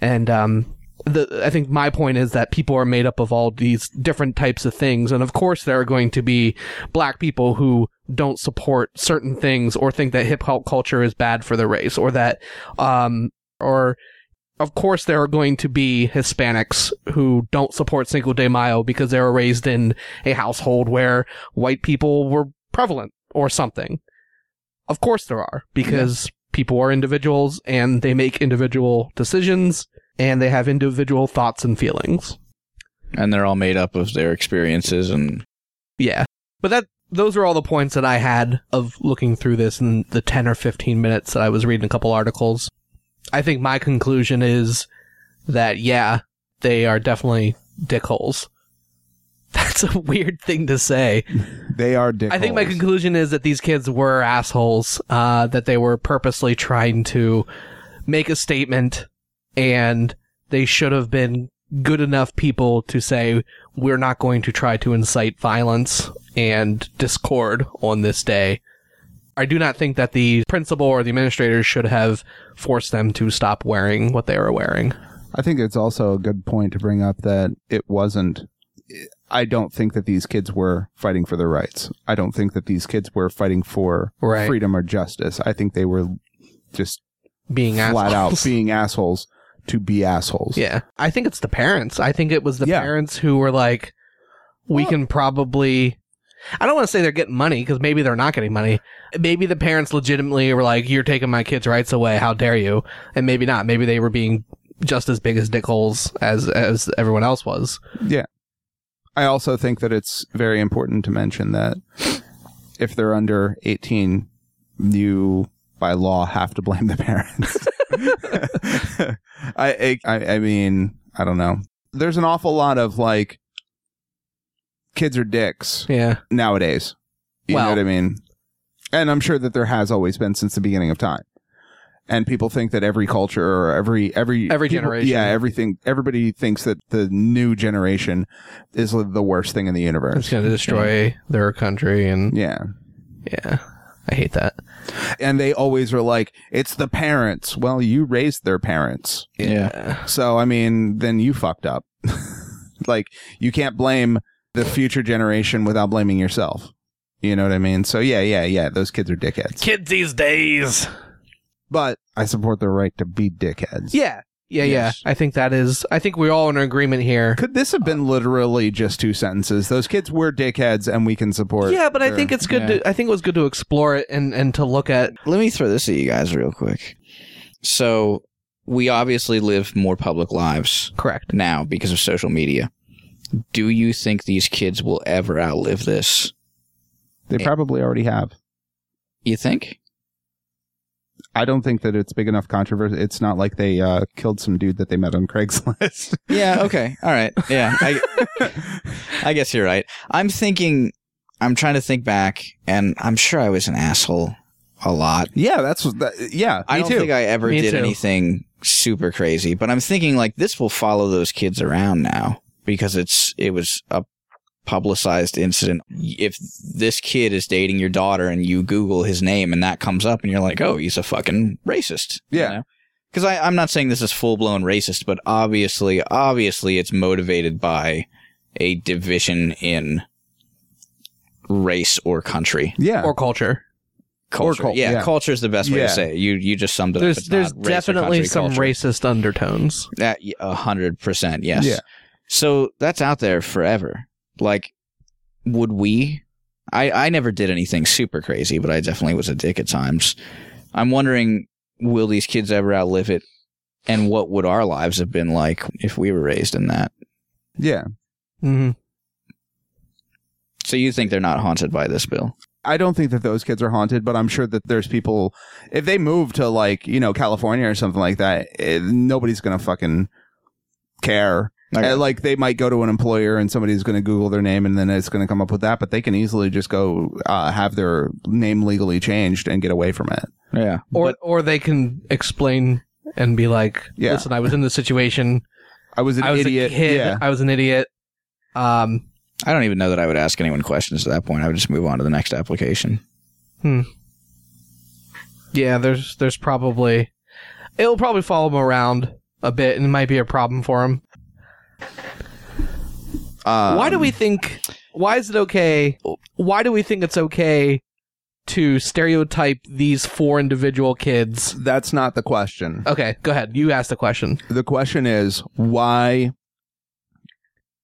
Speaker 5: And um, the I think my point is that people are made up of all these different types of things, and of course there are going to be black people who don't support certain things or think that hip hop culture is bad for the race or that um or of course there are going to be Hispanics who don't support Cinco de Mayo because they were raised in a household where white people were prevalent or something. Of course there are, because people are individuals and they make individual decisions and they have individual thoughts and feelings.
Speaker 2: And they're all made up of their experiences and
Speaker 5: Yeah. But that those are all the points that I had of looking through this in the 10 or 15 minutes that I was reading a couple articles. I think my conclusion is that yeah, they are definitely dickholes. That's a weird thing to say.
Speaker 3: They are dickholes.
Speaker 5: I think my conclusion is that these kids were assholes, uh, that they were purposely trying to make a statement, and they should have been good enough people to say, we're not going to try to incite violence and discord on this day. I do not think that the principal or the administrators should have forced them to stop wearing what they were wearing.
Speaker 3: I think it's also a good point to bring up that it wasn't. I don't think that these kids were fighting for their rights. I don't think that these kids were fighting for
Speaker 5: Right.
Speaker 3: freedom or justice. I think they were just
Speaker 5: Being
Speaker 3: flat out
Speaker 5: assholes.
Speaker 3: being assholes to be assholes.
Speaker 5: Yeah. I think it's the parents. I think it was the
Speaker 3: Yeah.
Speaker 5: parents who were like, we can probably. I don't want to say they're getting money because maybe they're not getting money. Maybe the parents legitimately were like, you're taking my kids' rights away. How dare you? And maybe not. Maybe they were being just as big as dickholes as, as everyone else was.
Speaker 3: I also think that it's very important to mention that if they're under 18, you by law have to blame the parents. I, I I mean, I don't know. There's an awful lot of like kids are dicks
Speaker 5: Yeah.
Speaker 3: nowadays. You
Speaker 5: Well-
Speaker 3: know what I mean? And I'm sure that there has always been since the beginning of time. And people think that every culture or every every
Speaker 5: Every
Speaker 3: people-
Speaker 5: generation.
Speaker 3: yeah, everything. Everybody thinks that the new generation is li- the worst thing in the
Speaker 5: It's
Speaker 3: universe.
Speaker 5: going to destroy their country. And
Speaker 3: Yeah,
Speaker 5: yeah, I hate that.
Speaker 3: and they always are like, it's the parents. Well, you raised their parents,
Speaker 2: Yeah.
Speaker 3: so I mean, then you fucked up. like you can't blame the future generation without blaming yourself. You know what I mean? So yeah, yeah, yeah. Those kids are dickheads.
Speaker 5: Kids these days.
Speaker 3: but I support their right to be dickheads.
Speaker 5: Yeah. Yeah.
Speaker 2: Yes.
Speaker 5: Yeah. I think that is, I think we're all in agreement here.
Speaker 3: Could this have been literally just two sentences? Those kids were dickheads, and we can support.
Speaker 5: Yeah, but I
Speaker 3: their-
Speaker 5: think it's good.
Speaker 2: yeah.
Speaker 5: To, I think it was good to explore it and and to look at.
Speaker 2: Let me throw this at you guys real quick. So we obviously live more public lives
Speaker 5: Correct.
Speaker 2: now because of social media. Do you think these kids will ever outlive this?
Speaker 3: they probably already have.
Speaker 2: You think?
Speaker 3: I don't think that it's big enough controversy. It's not like they uh, killed some dude that they met on Craigslist.
Speaker 2: Yeah, okay. All right. Yeah. I I guess you're right. I'm thinking I'm trying to think back and I'm sure I was an asshole a lot.
Speaker 3: Yeah, that's that, yeah.
Speaker 2: I
Speaker 3: me
Speaker 2: don't
Speaker 3: too.
Speaker 2: think I ever
Speaker 5: Me
Speaker 2: did
Speaker 5: too.
Speaker 2: anything super crazy, but I'm thinking like this will follow those kids around now because it's it was a publicized incident. If this kid is dating your daughter and you Google his name and that comes up and you're like, oh, he's a fucking racist.
Speaker 3: Yeah.
Speaker 2: Because I'm not saying this is full blown racist, but obviously, obviously, it's motivated by a division in race or country
Speaker 3: yeah,
Speaker 5: or culture.
Speaker 2: culture.
Speaker 3: cul-
Speaker 2: yeah,
Speaker 3: yeah.
Speaker 2: culture is the best way
Speaker 3: Yeah.
Speaker 2: to say it. You you just summed it up.
Speaker 5: There's
Speaker 2: It's
Speaker 5: there's
Speaker 2: not race or
Speaker 5: definitely
Speaker 2: country,
Speaker 5: some
Speaker 2: culture.
Speaker 5: racist undertones.
Speaker 2: That a hundred percent, yes.
Speaker 3: Yeah.
Speaker 2: So that's out there forever. Like, would we? I I never did anything super crazy, but I definitely was a dick at times. I'm wondering, will these kids ever outlive it? And what would our lives have been like if we were raised in that?
Speaker 3: yeah.
Speaker 5: Mm-hmm.
Speaker 2: So you think they're not haunted by this, Bill?
Speaker 3: I don't think that those kids are haunted, but I'm sure that there's people. If they move to like you know California or something like that, eh, nobody's gonna fucking care.
Speaker 2: Okay.
Speaker 3: Eh, Like they might go to an employer and somebody's gonna Google their name and then it's gonna come up with that, but they can easily just go uh, have their name legally changed and get away from it.
Speaker 2: Yeah.
Speaker 5: Or or they can explain and be like,
Speaker 3: Yeah.
Speaker 5: listen, I was in this situation.
Speaker 3: I was an
Speaker 5: I was
Speaker 3: idiot.
Speaker 5: a kid.
Speaker 3: Yeah,
Speaker 5: I was an idiot. Um,
Speaker 2: I don't even know that I would ask anyone questions at that point. I would just move on to the next application.
Speaker 5: yeah, there's there's probably it'll probably follow him around a bit, and it might be a problem for him. why do
Speaker 3: Um,
Speaker 5: we think? Why is it okay?
Speaker 2: oh.
Speaker 5: Why do we think it's okay to stereotype these four individual kids?
Speaker 3: That's not the question.
Speaker 5: Okay, go ahead. You asked the question.
Speaker 3: The question is why.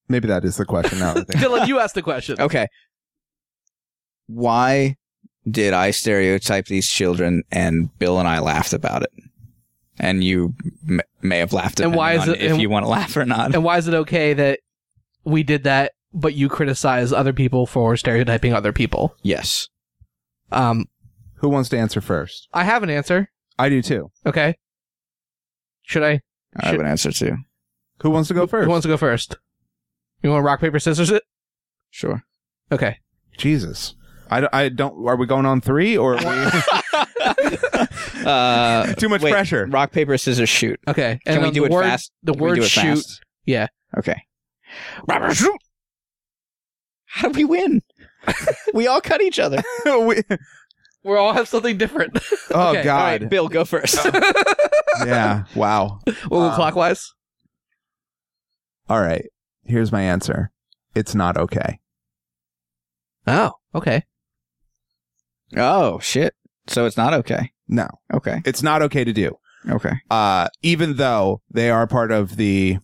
Speaker 3: Maybe that is the question now. that I think
Speaker 5: Dylan, you asked the question.
Speaker 2: Okay. Why did I stereotype these children and Bill and I laughed about it? And you m- may have laughed at
Speaker 5: And why is it-
Speaker 2: if
Speaker 5: and-
Speaker 2: you want to laugh or not.
Speaker 5: And why is it okay that we did that, but you criticize other people for stereotyping other people?
Speaker 2: yes.
Speaker 5: Um,
Speaker 3: Who wants to answer first?
Speaker 5: I have an answer.
Speaker 3: I do too.
Speaker 5: Okay. Should I?
Speaker 2: I have an answer too.
Speaker 3: Who wants to go first?
Speaker 5: Who wants to go first? You want to rock paper scissors it?
Speaker 2: Sure.
Speaker 5: Okay.
Speaker 3: Jesus. I, don't- I don't. Are we going on three or are
Speaker 2: Uh,
Speaker 3: we, too much
Speaker 2: wait,
Speaker 3: pressure?
Speaker 2: Rock, paper, scissors, shoot.
Speaker 5: Okay.
Speaker 2: Can we
Speaker 5: then
Speaker 2: do
Speaker 5: the
Speaker 2: it
Speaker 5: word,
Speaker 2: fast?
Speaker 5: The
Speaker 2: Can we
Speaker 5: word
Speaker 2: do it
Speaker 5: shoot.
Speaker 2: fast?
Speaker 5: Yeah.
Speaker 2: Okay. Robert, shoot! How did we win? we all cut each other.
Speaker 3: We-
Speaker 5: We all have something different.
Speaker 3: oh
Speaker 5: Okay,
Speaker 2: All
Speaker 3: God.
Speaker 2: right, Bill, go first.
Speaker 3: yeah. Wow.
Speaker 5: we'll go
Speaker 3: Um,
Speaker 5: clockwise.
Speaker 3: All right. Here's my answer. It's not okay.
Speaker 5: Oh, okay.
Speaker 2: oh, shit. So it's not okay.
Speaker 3: No,
Speaker 2: Okay.
Speaker 3: it's not okay to do.
Speaker 2: Okay.
Speaker 3: Uh, even though they are part of the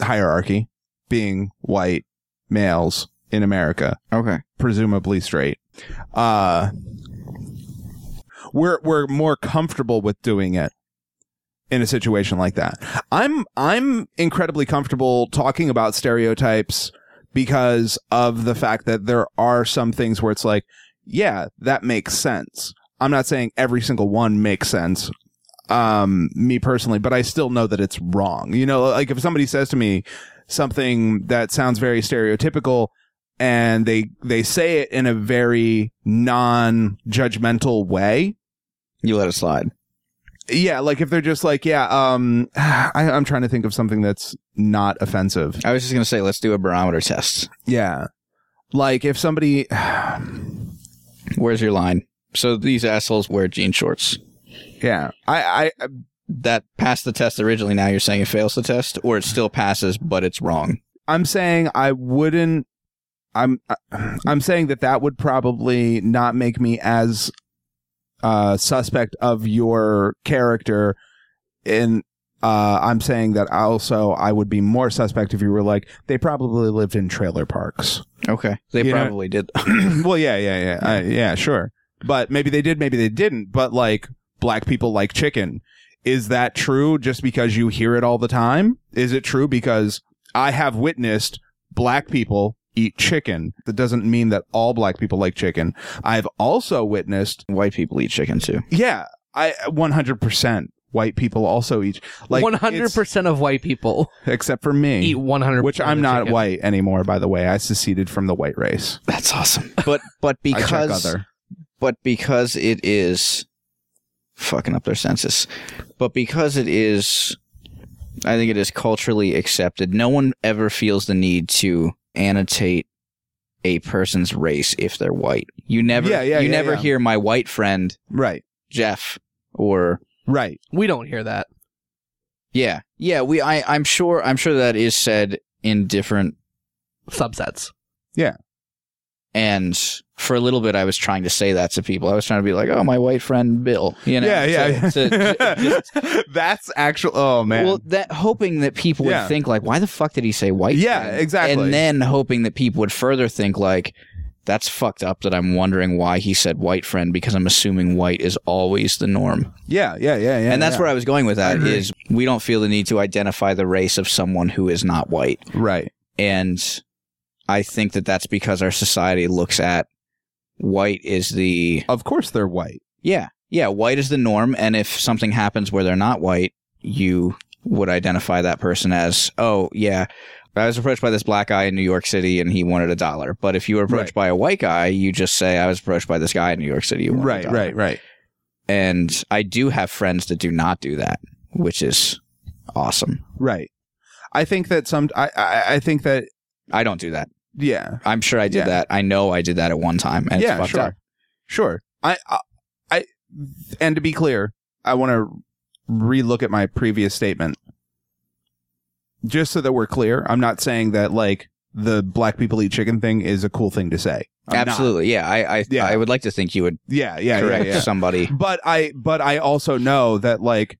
Speaker 3: hierarchy, being white males in America,
Speaker 2: Okay.
Speaker 3: presumably straight. Uh, we're we're more comfortable with doing it in a situation like that. I'm I'm incredibly comfortable talking about stereotypes because of the fact that there are some things where it's like, yeah, that makes sense. I'm not saying every single one makes sense. Um, me personally, but I still know that it's wrong. You know, like if somebody says to me something that sounds very stereotypical, and they they say it in a very non-judgmental way.
Speaker 2: You let it slide.
Speaker 3: Yeah, like if they're just like, yeah, um, I, I'm trying to think of something that's not offensive.
Speaker 2: I was just gonna say, let's do a barometer test.
Speaker 3: Yeah, like if somebody,
Speaker 2: Where's your line? So these assholes wear jean shorts.
Speaker 3: yeah, I, I,
Speaker 2: That passed the test originally. Now you're saying it fails the test, or it still passes, but it's wrong.
Speaker 3: I'm saying I wouldn't. I'm uh, I'm saying that that would probably not make me as uh, suspect of your character. And uh, I'm saying that also I would be more suspect if you were like they probably lived in trailer parks.
Speaker 2: Okay, they
Speaker 3: You know-
Speaker 2: probably did.
Speaker 3: well, yeah, yeah, yeah, I, yeah, sure. But maybe they did, maybe they didn't. But like black people like chicken. Is that true just because you hear it all the time? Is it true because I have witnessed black people eat chicken? That doesn't mean that all black people like chicken. I've also witnessed,
Speaker 2: White people eat chicken too.
Speaker 3: yeah, I 100% white people also eat like
Speaker 5: One hundred
Speaker 3: it's-
Speaker 5: percent of white people
Speaker 3: except for me.
Speaker 5: eat one hundred.
Speaker 3: which I'm not white anymore, by the way. I seceded from the white race.
Speaker 2: That's awesome. But but
Speaker 3: I check
Speaker 2: because
Speaker 3: other.
Speaker 2: but because it is fucking up their census, but because it is, I think it is culturally accepted. No one ever feels the need to annotate a person's race if they're white. You never,
Speaker 3: Yeah, yeah,
Speaker 2: you
Speaker 3: yeah,
Speaker 2: never
Speaker 3: yeah.
Speaker 2: hear my white friend
Speaker 3: Right.
Speaker 2: Jeff or
Speaker 3: Right.
Speaker 5: We don't hear that.
Speaker 2: yeah, yeah. We, I, I'm sure, I'm sure that is said in different
Speaker 5: Subsets.
Speaker 2: and. For a little bit, I was trying to say that to people. I was trying to be like, "Oh, my white friend Bill," you know.
Speaker 3: yeah, yeah.
Speaker 2: to- to- just-
Speaker 3: That's actual. Oh man.
Speaker 2: Well, that hoping that people
Speaker 3: Yeah.
Speaker 2: would think like, why the fuck did he say white?
Speaker 3: Yeah,
Speaker 2: friend?
Speaker 3: exactly.
Speaker 2: And then hoping that people would further think like, that's fucked up that I'm wondering why he said white friend because I'm assuming white is always the norm.
Speaker 3: yeah, yeah, yeah, yeah.
Speaker 2: and that's
Speaker 3: yeah.
Speaker 2: where I was going with
Speaker 3: I
Speaker 2: that
Speaker 3: agree.
Speaker 2: is we don't feel the need to identify the race of someone who is not white.
Speaker 3: Right.
Speaker 2: And I think that that's because our society looks at white is the
Speaker 3: Of course they're white.
Speaker 2: yeah, yeah, white is the norm, and if something happens where they're not white, you would identify that person as, oh, yeah, I was approached by this black guy in New York City and he wanted a dollar. But if you were approached by
Speaker 3: Right.
Speaker 2: a white guy, you just say, I was approached by this guy in New York City. Who wanted a
Speaker 3: Right,
Speaker 2: dollar."
Speaker 3: right, right.
Speaker 2: And I do have friends that do not do that, which is awesome.
Speaker 3: Right. I think that some I I, I think that
Speaker 2: I don't do that.
Speaker 3: yeah.
Speaker 2: I'm sure I did
Speaker 3: Yeah.
Speaker 2: that. I know I did that at one time. And it's
Speaker 3: yeah,
Speaker 2: fucked
Speaker 3: sure.
Speaker 2: up.
Speaker 3: Sure. I, I I and to be clear, I want to relook at my previous statement. Just so that we're clear, I'm not saying that like the black people eat chicken thing is a cool thing to say. I'm not.
Speaker 2: Absolutely. Yeah. I, I,
Speaker 3: Yeah.
Speaker 2: I would like to think you would
Speaker 3: Yeah, yeah,
Speaker 2: correct
Speaker 3: yeah, yeah.
Speaker 2: somebody.
Speaker 3: but I but I also know that like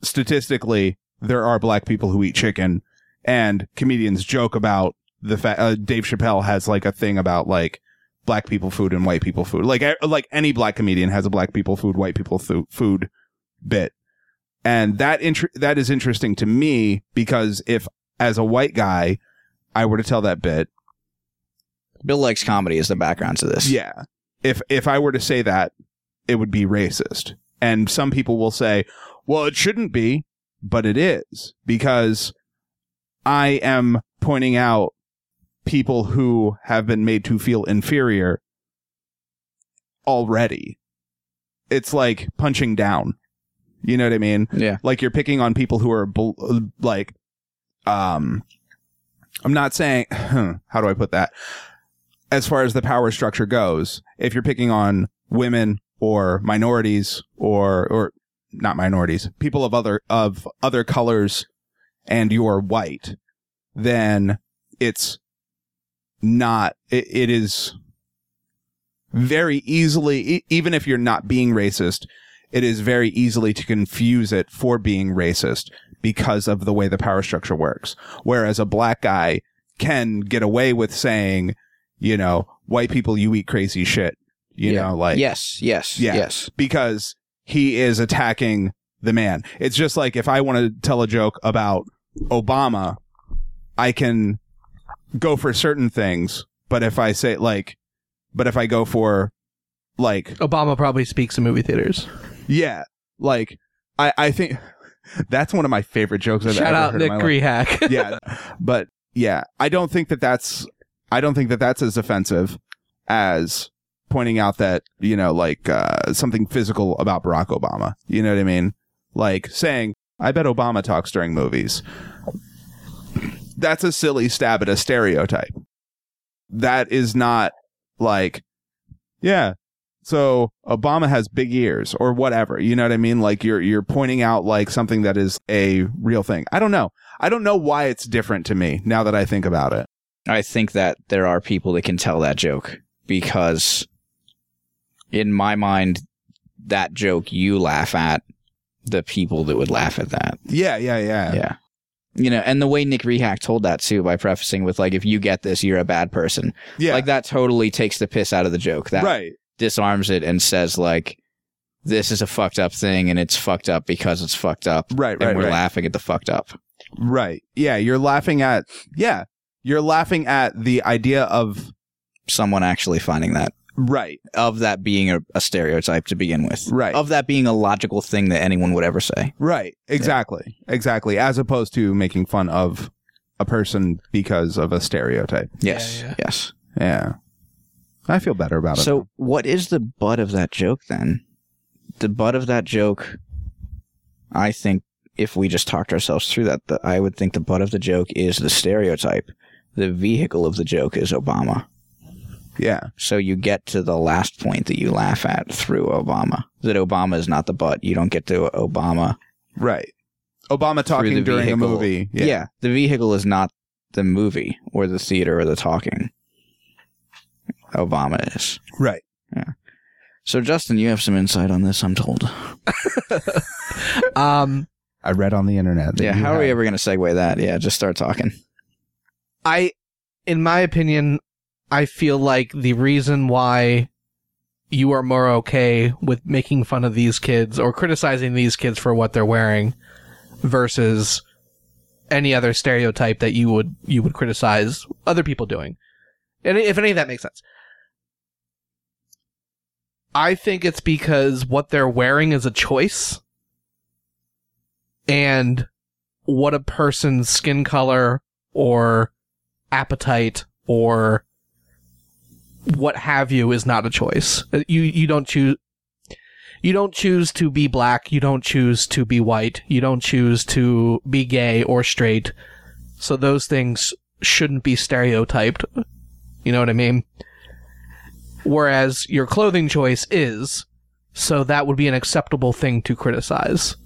Speaker 3: statistically there are black people who eat chicken and comedians joke about the fact uh, Dave Chappelle has like a thing about like black people food and white people food like eh, like any black comedian has a black people food white people fu- food bit and that inter- that is interesting to me because if as a white guy I were to tell that bit
Speaker 2: Bill likes comedy as the background to this.
Speaker 3: yeah. If if I were to say that, it would be racist. And some people will say, "Well, it shouldn't be," but it is because I am pointing out people who have been made to feel inferior already. It's like punching down. You know what I mean?
Speaker 2: Yeah.
Speaker 3: like you're picking on people who are bel- uh, like um i'm not saying how do i put that as far as the power structure goes if you're picking on women or minorities or or not minorities people of other of other colors and you're white then it's not it, it is very easily e- even if you're not being racist it is very easily to confuse it for being racist because of the way the power structure works. Whereas a black guy can get away with saying, you know, white people, you eat crazy shit, you
Speaker 2: Yeah.
Speaker 3: know, like,
Speaker 2: yes, yes,
Speaker 3: Yeah.
Speaker 2: yes.
Speaker 3: because he is attacking the man. It's just like if I want to tell a joke about Obama, I can go for certain things. But if I say, like, but if I go for, like,
Speaker 5: Obama probably speaks in movie theaters.
Speaker 3: yeah, like I I think that's one of my favorite jokes I've
Speaker 5: Shout
Speaker 3: ever
Speaker 5: out
Speaker 3: heard
Speaker 5: Nick
Speaker 3: in my life.
Speaker 5: Grehack.
Speaker 3: Yeah, but yeah, I don't think that that's I don't think that that's as offensive as pointing out that you know like uh, something physical about Barack Obama. You know what I mean? Like saying, "I bet Obama talks during movies." That's a silly stab at a stereotype. That is not like, yeah. So Obama has big ears or whatever. You know what I mean? Like you're you're pointing out like something that is a real thing. I don't know. I don't know why it's different to me now that I think about it.
Speaker 2: I think that there are people that can tell that joke because, in my mind, that joke you laugh at, the people that would laugh at that.
Speaker 3: Yeah, yeah, yeah.
Speaker 2: Yeah. You know, and the way Nick Rehack told that too by prefacing with like, if you get this, you're a bad person.
Speaker 3: Yeah.
Speaker 2: Like that totally takes the piss out of the joke. That
Speaker 3: right.
Speaker 2: disarms it and says like, this is a fucked up thing and it's fucked up because it's fucked up.
Speaker 3: Right,
Speaker 2: and
Speaker 3: right,
Speaker 2: we're
Speaker 3: right.
Speaker 2: laughing at the fucked up.
Speaker 3: right. Yeah, you're laughing at Yeah. You're laughing at the idea of
Speaker 2: Someone actually finding that
Speaker 3: right.
Speaker 2: of that being a, a stereotype to begin with.
Speaker 3: Right.
Speaker 2: Of that being a logical thing that anyone would ever say.
Speaker 3: Right. Exactly. Exactly. As opposed to making fun of a person because of a stereotype.
Speaker 2: Yes.
Speaker 5: yeah.
Speaker 2: Yes.
Speaker 3: Yeah. I feel better about it.
Speaker 2: So, what is the butt of that joke then? The butt of that joke, I think, if we just talked ourselves through that, the, I would think the butt of the joke is the stereotype. The vehicle of the joke is Obama.
Speaker 3: yeah,
Speaker 2: So you get to the last point that you laugh at through Obama. That Obama is not the butt. You don't get to Obama.
Speaker 3: right.
Speaker 2: through
Speaker 3: Obama
Speaker 2: the
Speaker 3: talking during
Speaker 2: vehicle.
Speaker 3: a movie.
Speaker 2: Yeah. the vehicle is not the movie or the theater or the talking. Obama is.
Speaker 3: right.
Speaker 2: So Justin, you have some insight on this, I'm told.
Speaker 5: Um,
Speaker 3: I read on the internet. that
Speaker 2: Yeah,
Speaker 3: you
Speaker 2: how are we
Speaker 3: had-
Speaker 2: ever going to segue that? Yeah, just start talking.
Speaker 5: I, in my opinion, I feel like the reason why you are more okay with making fun of these kids or criticizing these kids for what they're wearing versus any other stereotype that you would you would criticize other people doing. And if any of that makes sense. I think it's because what they're wearing is a choice and what a person's skin color or appetite or what have you is not a choice. Uh, You you don't choose you don't choose to be black, you don't choose to be white, you don't choose to be gay or straight. So those things shouldn't be stereotyped. You know what I mean? Whereas your clothing choice is, so that would be an acceptable thing to criticize.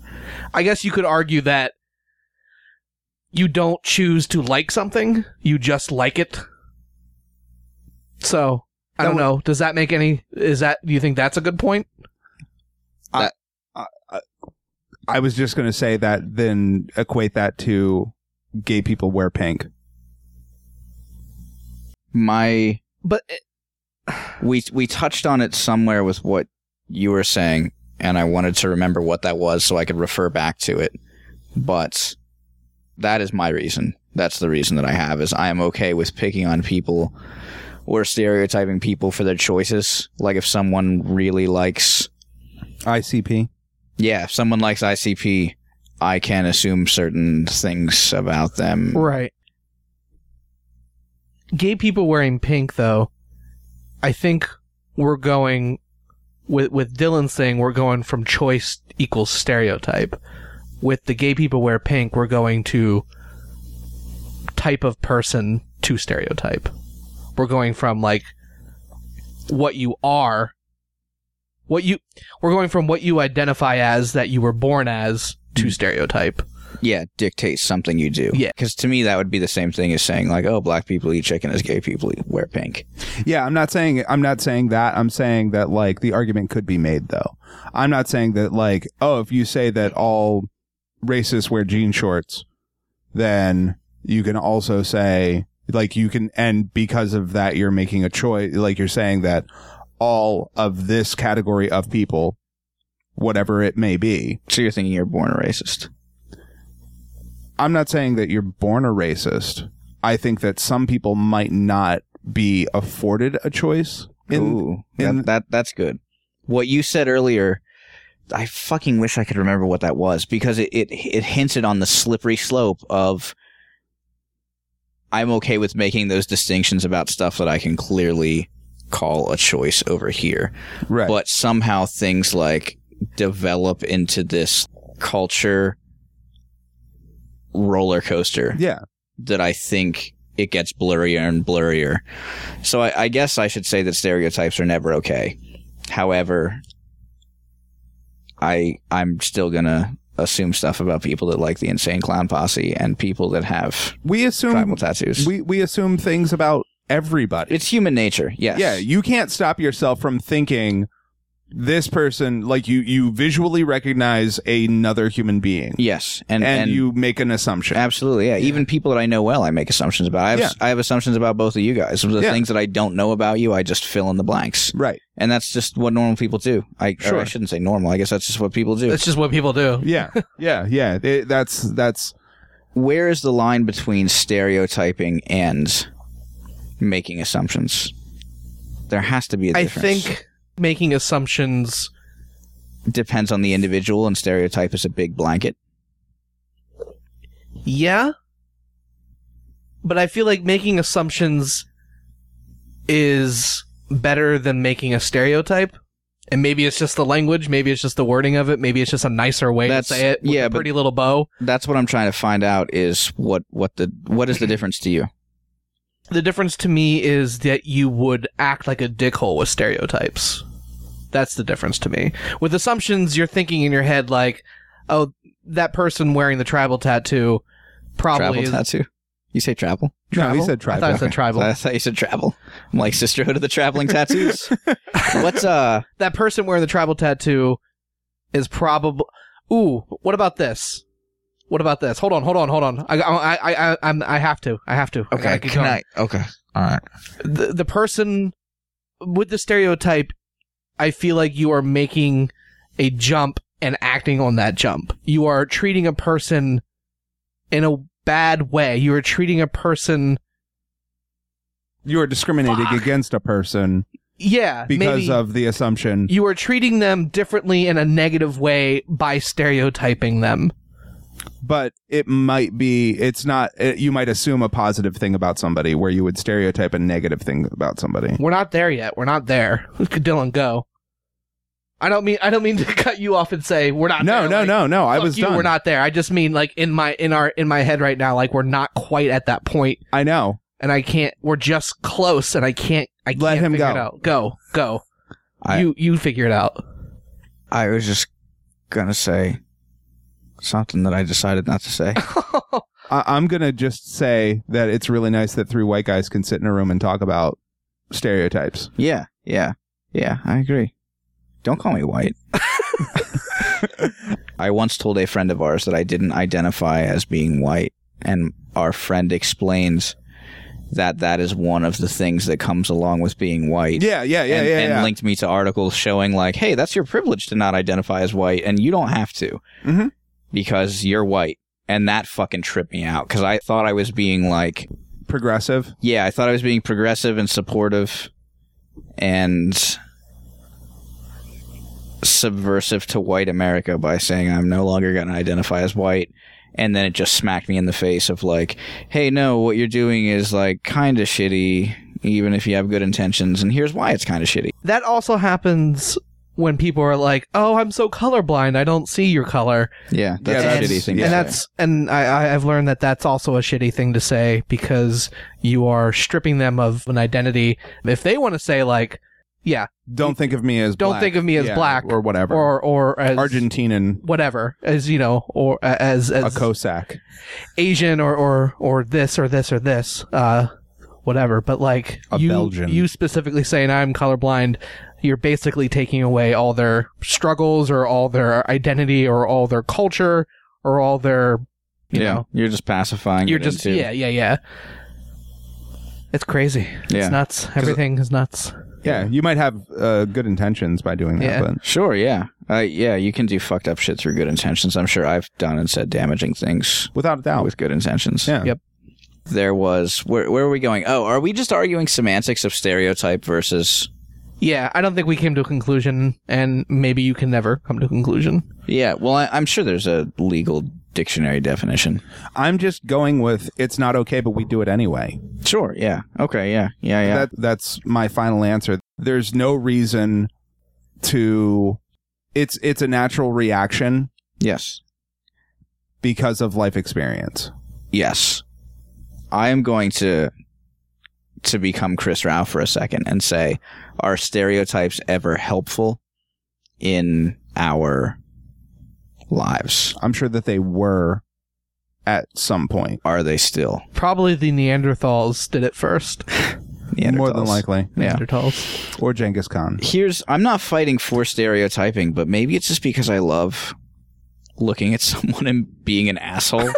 Speaker 5: I guess you could argue that you don't choose to like something, you just like it. So, I
Speaker 3: That
Speaker 5: don't
Speaker 3: would-
Speaker 5: know. Does that make any is that do you think that's a good point?
Speaker 3: I was just going to say that. Then equate that to gay people wear pink.
Speaker 2: My
Speaker 5: But
Speaker 2: we we touched on it somewhere with what you were saying, and I wanted to remember what that was so I could refer back to it. But that is my reason. That's the reason that I have is I am okay with picking on people or stereotyping people for their choices. Like if someone really likes
Speaker 3: ICP.
Speaker 2: yeah, if someone likes ICP, I can assume certain things about them.
Speaker 5: Right. Gay people wearing pink, though, I think we're going with with Dylan's thing. We're going from choice equals stereotype. With the gay people wear pink, we're going to type of person to stereotype. We're going from like what you are, what you we're going from what you identify as that you were born as to stereotype.
Speaker 2: yeah, dictates something you do.
Speaker 5: Yeah.
Speaker 2: Because to me, that would be the same thing as saying, like, oh, black people eat chicken as gay people eat, wear pink.
Speaker 3: Yeah, I'm not saying I'm not saying that. I'm saying that like the argument could be made though. I'm not saying that like oh if you say that all racists wear jean shorts, then you can also say like you can and because of that you're making a choice like you're saying that all of this category of people whatever it may be.
Speaker 2: So you're thinking you're born a racist.
Speaker 3: I'm not saying that you're born a racist. I think that some people might not be afforded a choice in
Speaker 2: Ooh,
Speaker 3: in-
Speaker 2: that, that that's good. What you said earlier, I fucking wish I could remember what that was because it it, it hinted on the slippery slope of. I'm okay with making those distinctions about stuff that I can clearly call a choice over here.
Speaker 3: right.
Speaker 2: but somehow things like develop into this culture roller coaster
Speaker 3: yeah.
Speaker 2: that I think it gets blurrier and blurrier. So I, I guess I should say that stereotypes are never okay. However, I I'm still gonna assume stuff about people that like the insane clown posse and people that have
Speaker 3: We assume
Speaker 2: tribal tattoos.
Speaker 3: Um, we we assume things about everybody.
Speaker 2: it's human nature, yes.
Speaker 3: Yeah, you can't stop yourself from thinking this person like you you visually recognize another human being
Speaker 2: yes.
Speaker 3: and,
Speaker 2: And, and
Speaker 3: you make an assumption.
Speaker 2: Absolutely, yeah. Even people that I know well, I make assumptions about. I have,
Speaker 3: Yeah.
Speaker 2: I have assumptions about both of you guys. The
Speaker 3: Yeah.
Speaker 2: things that I don't know about you, I just fill in the blanks,
Speaker 3: right.
Speaker 2: and that's just what normal people do. I, or I
Speaker 3: Sure.
Speaker 2: shouldn't say normal. I guess that's just what people do.
Speaker 5: That's just what people do.
Speaker 3: Yeah. Yeah, yeah. It- that's that's
Speaker 2: Where is the line between stereotyping and making assumptions? There has to be a
Speaker 5: I
Speaker 2: difference.
Speaker 5: think making assumptions.
Speaker 2: depends on the individual, and stereotype is a big blanket.
Speaker 5: Yeah. But I feel like making assumptions is better than making a stereotype. And maybe it's just the language, maybe it's just the wording of it, maybe it's just a nicer way
Speaker 2: That's-
Speaker 5: to say it. With
Speaker 2: yeah,
Speaker 5: a
Speaker 2: but-
Speaker 5: pretty little bow.
Speaker 2: That's what I'm trying to find out is what what the what is the difference to you?
Speaker 5: The difference to me is that you would act like a dickhole with stereotypes. That's the difference to me. With assumptions, you're thinking in your head like, "Oh, that person wearing the tribal tattoo probably
Speaker 2: Travel
Speaker 5: is."
Speaker 2: tattoo? You say travel?
Speaker 3: No, he
Speaker 5: Travel?
Speaker 3: said
Speaker 5: Oh, I
Speaker 3: tribal.
Speaker 5: thought I said tribal.
Speaker 2: I thought you said travel. I'm like sisterhood of the traveling tattoos. What's uh
Speaker 5: that person wearing the tribal tattoo is probably. Ooh, what about this? What about this? Hold on, hold on, hold on. I, I, I, I, I'm, I have to. I have to. I gotta keep going.
Speaker 2: okay. All right.
Speaker 5: The, the person with the stereotype, I feel like you are making a jump and acting on that jump. You are treating a person in a bad way. You are treating a person.
Speaker 3: you are discriminating
Speaker 5: Fuck.
Speaker 3: against a person
Speaker 5: Yeah,
Speaker 3: because
Speaker 5: maybe
Speaker 3: of the assumption.
Speaker 5: you are treating them differently in a negative way by stereotyping them.
Speaker 3: but it might be it's not it, you might assume a positive thing about somebody where you would stereotype a negative thing about somebody
Speaker 5: We're not there yet. We're not there. Dylan, go. I don't mean I don't mean to cut you off and say we're not.
Speaker 3: no
Speaker 5: there.
Speaker 3: no
Speaker 5: like,
Speaker 3: no no i
Speaker 5: fuck
Speaker 3: was
Speaker 5: you,
Speaker 3: done
Speaker 5: We're not there. I just mean like in my in our in my head right now, like we're not quite at that point,
Speaker 3: i know
Speaker 5: and I can't. We're just close, and I can't. I
Speaker 3: Let
Speaker 5: can't
Speaker 3: him
Speaker 5: figure
Speaker 3: go.
Speaker 5: It out. Go go.
Speaker 2: I-
Speaker 5: you you figure it out.
Speaker 2: I was just gonna say something that I decided not to say.
Speaker 3: I- i'm gonna just say that it's really nice that three white guys can sit in a room and talk about stereotypes
Speaker 2: yeah, yeah, yeah. I agree. Don't call me white. I once told a friend of ours that I didn't identify as being white, and our friend explains that that is one of the things that comes along with being white.
Speaker 3: yeah yeah yeah
Speaker 2: and,
Speaker 3: yeah,
Speaker 2: and
Speaker 3: yeah.
Speaker 2: linked me to articles showing like, hey, that's your privilege to not identify as white, and you don't have to
Speaker 3: Mhm.
Speaker 2: because you're white. And that fucking tripped me out because I thought I was being like,
Speaker 3: progressive
Speaker 2: yeah, I thought I was being progressive and supportive and subversive to white America by saying I'm no longer going to identify as white. And then it just smacked me in the face of like, hey, no, what you're doing is like kind of shitty, even if you have good intentions. And here's why it's kind of shitty.
Speaker 5: that also happens when people are like, "Oh, I'm so colorblind. I don't see your color."
Speaker 2: Yeah, that's
Speaker 3: Yeah,
Speaker 2: a
Speaker 3: that's-
Speaker 2: shitty thing.
Speaker 3: yeah.
Speaker 2: to
Speaker 5: and
Speaker 2: say.
Speaker 5: that's and I, I- I've learned that that's also a shitty thing to say because you are stripping them of an identity. If they want to say like, yeah,
Speaker 3: don't think of me as
Speaker 5: Don't
Speaker 3: black.
Speaker 5: think of me as
Speaker 3: Yeah,
Speaker 5: black
Speaker 3: or whatever
Speaker 5: or or as
Speaker 3: argentinian
Speaker 5: whatever, as you know, or a- as
Speaker 3: a
Speaker 5: as
Speaker 3: cossack
Speaker 5: Asian or or or this or this or this, uh, whatever. But like
Speaker 3: A
Speaker 5: you
Speaker 3: Belgian.
Speaker 5: you specifically saying I'm colorblind. You're basically taking away all their struggles or all their identity or all their culture or all their you
Speaker 2: yeah,
Speaker 5: know
Speaker 2: you're just pacifying.
Speaker 5: You're
Speaker 2: it
Speaker 5: just
Speaker 2: into-
Speaker 5: yeah, yeah, yeah. It's crazy.
Speaker 2: Yeah.
Speaker 5: It's nuts. Everything is nuts.
Speaker 3: yeah you might have uh, good intentions by doing that
Speaker 5: Yeah.
Speaker 3: but
Speaker 2: Sure, yeah, uh, yeah. You can do fucked up shit through good intentions. I'm sure I've done and said damaging things
Speaker 3: without a doubt
Speaker 2: with good intentions.
Speaker 3: yeah
Speaker 5: Yep.
Speaker 2: There was where where are we going? Oh, are we just arguing semantics of stereotype versus?
Speaker 5: Yeah, I don't think we came to a conclusion, and maybe you can never come to a conclusion.
Speaker 2: Yeah, well, I, I'm sure there's a legal dictionary definition.
Speaker 3: i'm just going with it's not okay but we do it anyway
Speaker 2: Sure, yeah, okay, yeah, yeah, yeah.
Speaker 3: That that's my final answer. There's no reason to it's it's a natural reaction
Speaker 2: yes,
Speaker 3: because of life experience.
Speaker 2: yes. I am going to to become Chris Rao for a second and say, are stereotypes ever helpful in our lives?
Speaker 3: I'm sure that they were at some point.
Speaker 2: Are they still
Speaker 5: Probably the Neanderthals did it first.
Speaker 3: More than
Speaker 2: Neanderthals?
Speaker 3: likely.
Speaker 2: Yeah.
Speaker 5: Neanderthals.
Speaker 3: Or Genghis Khan.
Speaker 2: Here's I'm not fighting for stereotyping, but maybe it's just because I love looking at someone and being an asshole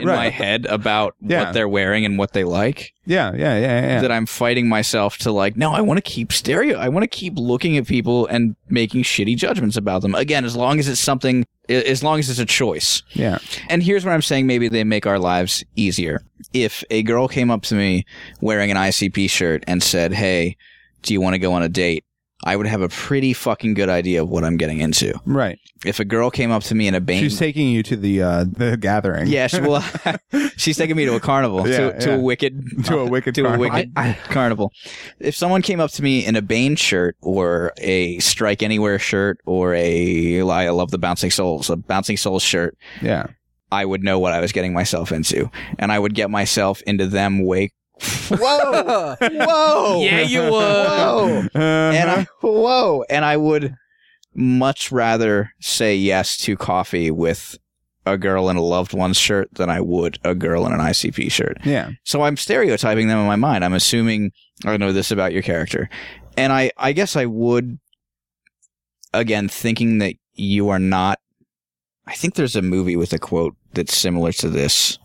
Speaker 2: in
Speaker 3: Right.
Speaker 2: my head about
Speaker 3: Yeah.
Speaker 2: what they're wearing and what they like.
Speaker 3: Yeah, yeah, yeah, yeah.
Speaker 2: That I'm fighting myself to like, no, I want to keep stereo. I want to keep looking at people and making shitty judgments about them. Again, as long as it's something, a- as long as it's a choice.
Speaker 3: yeah.
Speaker 2: And here's where I'm saying maybe they make our lives easier. If a girl came up to me wearing an ICP shirt and said, Hey, do you want to go on a date? I would have a pretty fucking good idea of what I'm getting into.
Speaker 3: Right.
Speaker 2: If a girl came up to me in a band,
Speaker 3: She's taking you to the uh, the gathering.
Speaker 2: yeah, she, well, she's taking me to a carnival,
Speaker 3: Yeah,
Speaker 2: to, to
Speaker 3: yeah.
Speaker 2: a wicked,
Speaker 3: To a wicked
Speaker 2: to a
Speaker 3: carnival.
Speaker 2: wicked carnival. If someone came up to me in a Bane shirt or a Strike Anywhere shirt or a I love the Bouncing Souls, a Bouncing Souls shirt,
Speaker 3: Yeah.
Speaker 2: I would know what I was getting myself into, and I would get myself into them way.
Speaker 1: Whoa!
Speaker 2: Whoa!
Speaker 5: Yeah, you would.
Speaker 2: Whoa! and
Speaker 3: Uh-huh.
Speaker 2: I whoa, and I would much rather say yes to coffee with a girl in a loved one's shirt than I would a girl in an ICP shirt.
Speaker 3: yeah.
Speaker 2: So I'm stereotyping them in my mind. I'm assuming I know this about your character, and I I guess I would again thinking that you are not. I think there's a movie with a quote that's similar to this,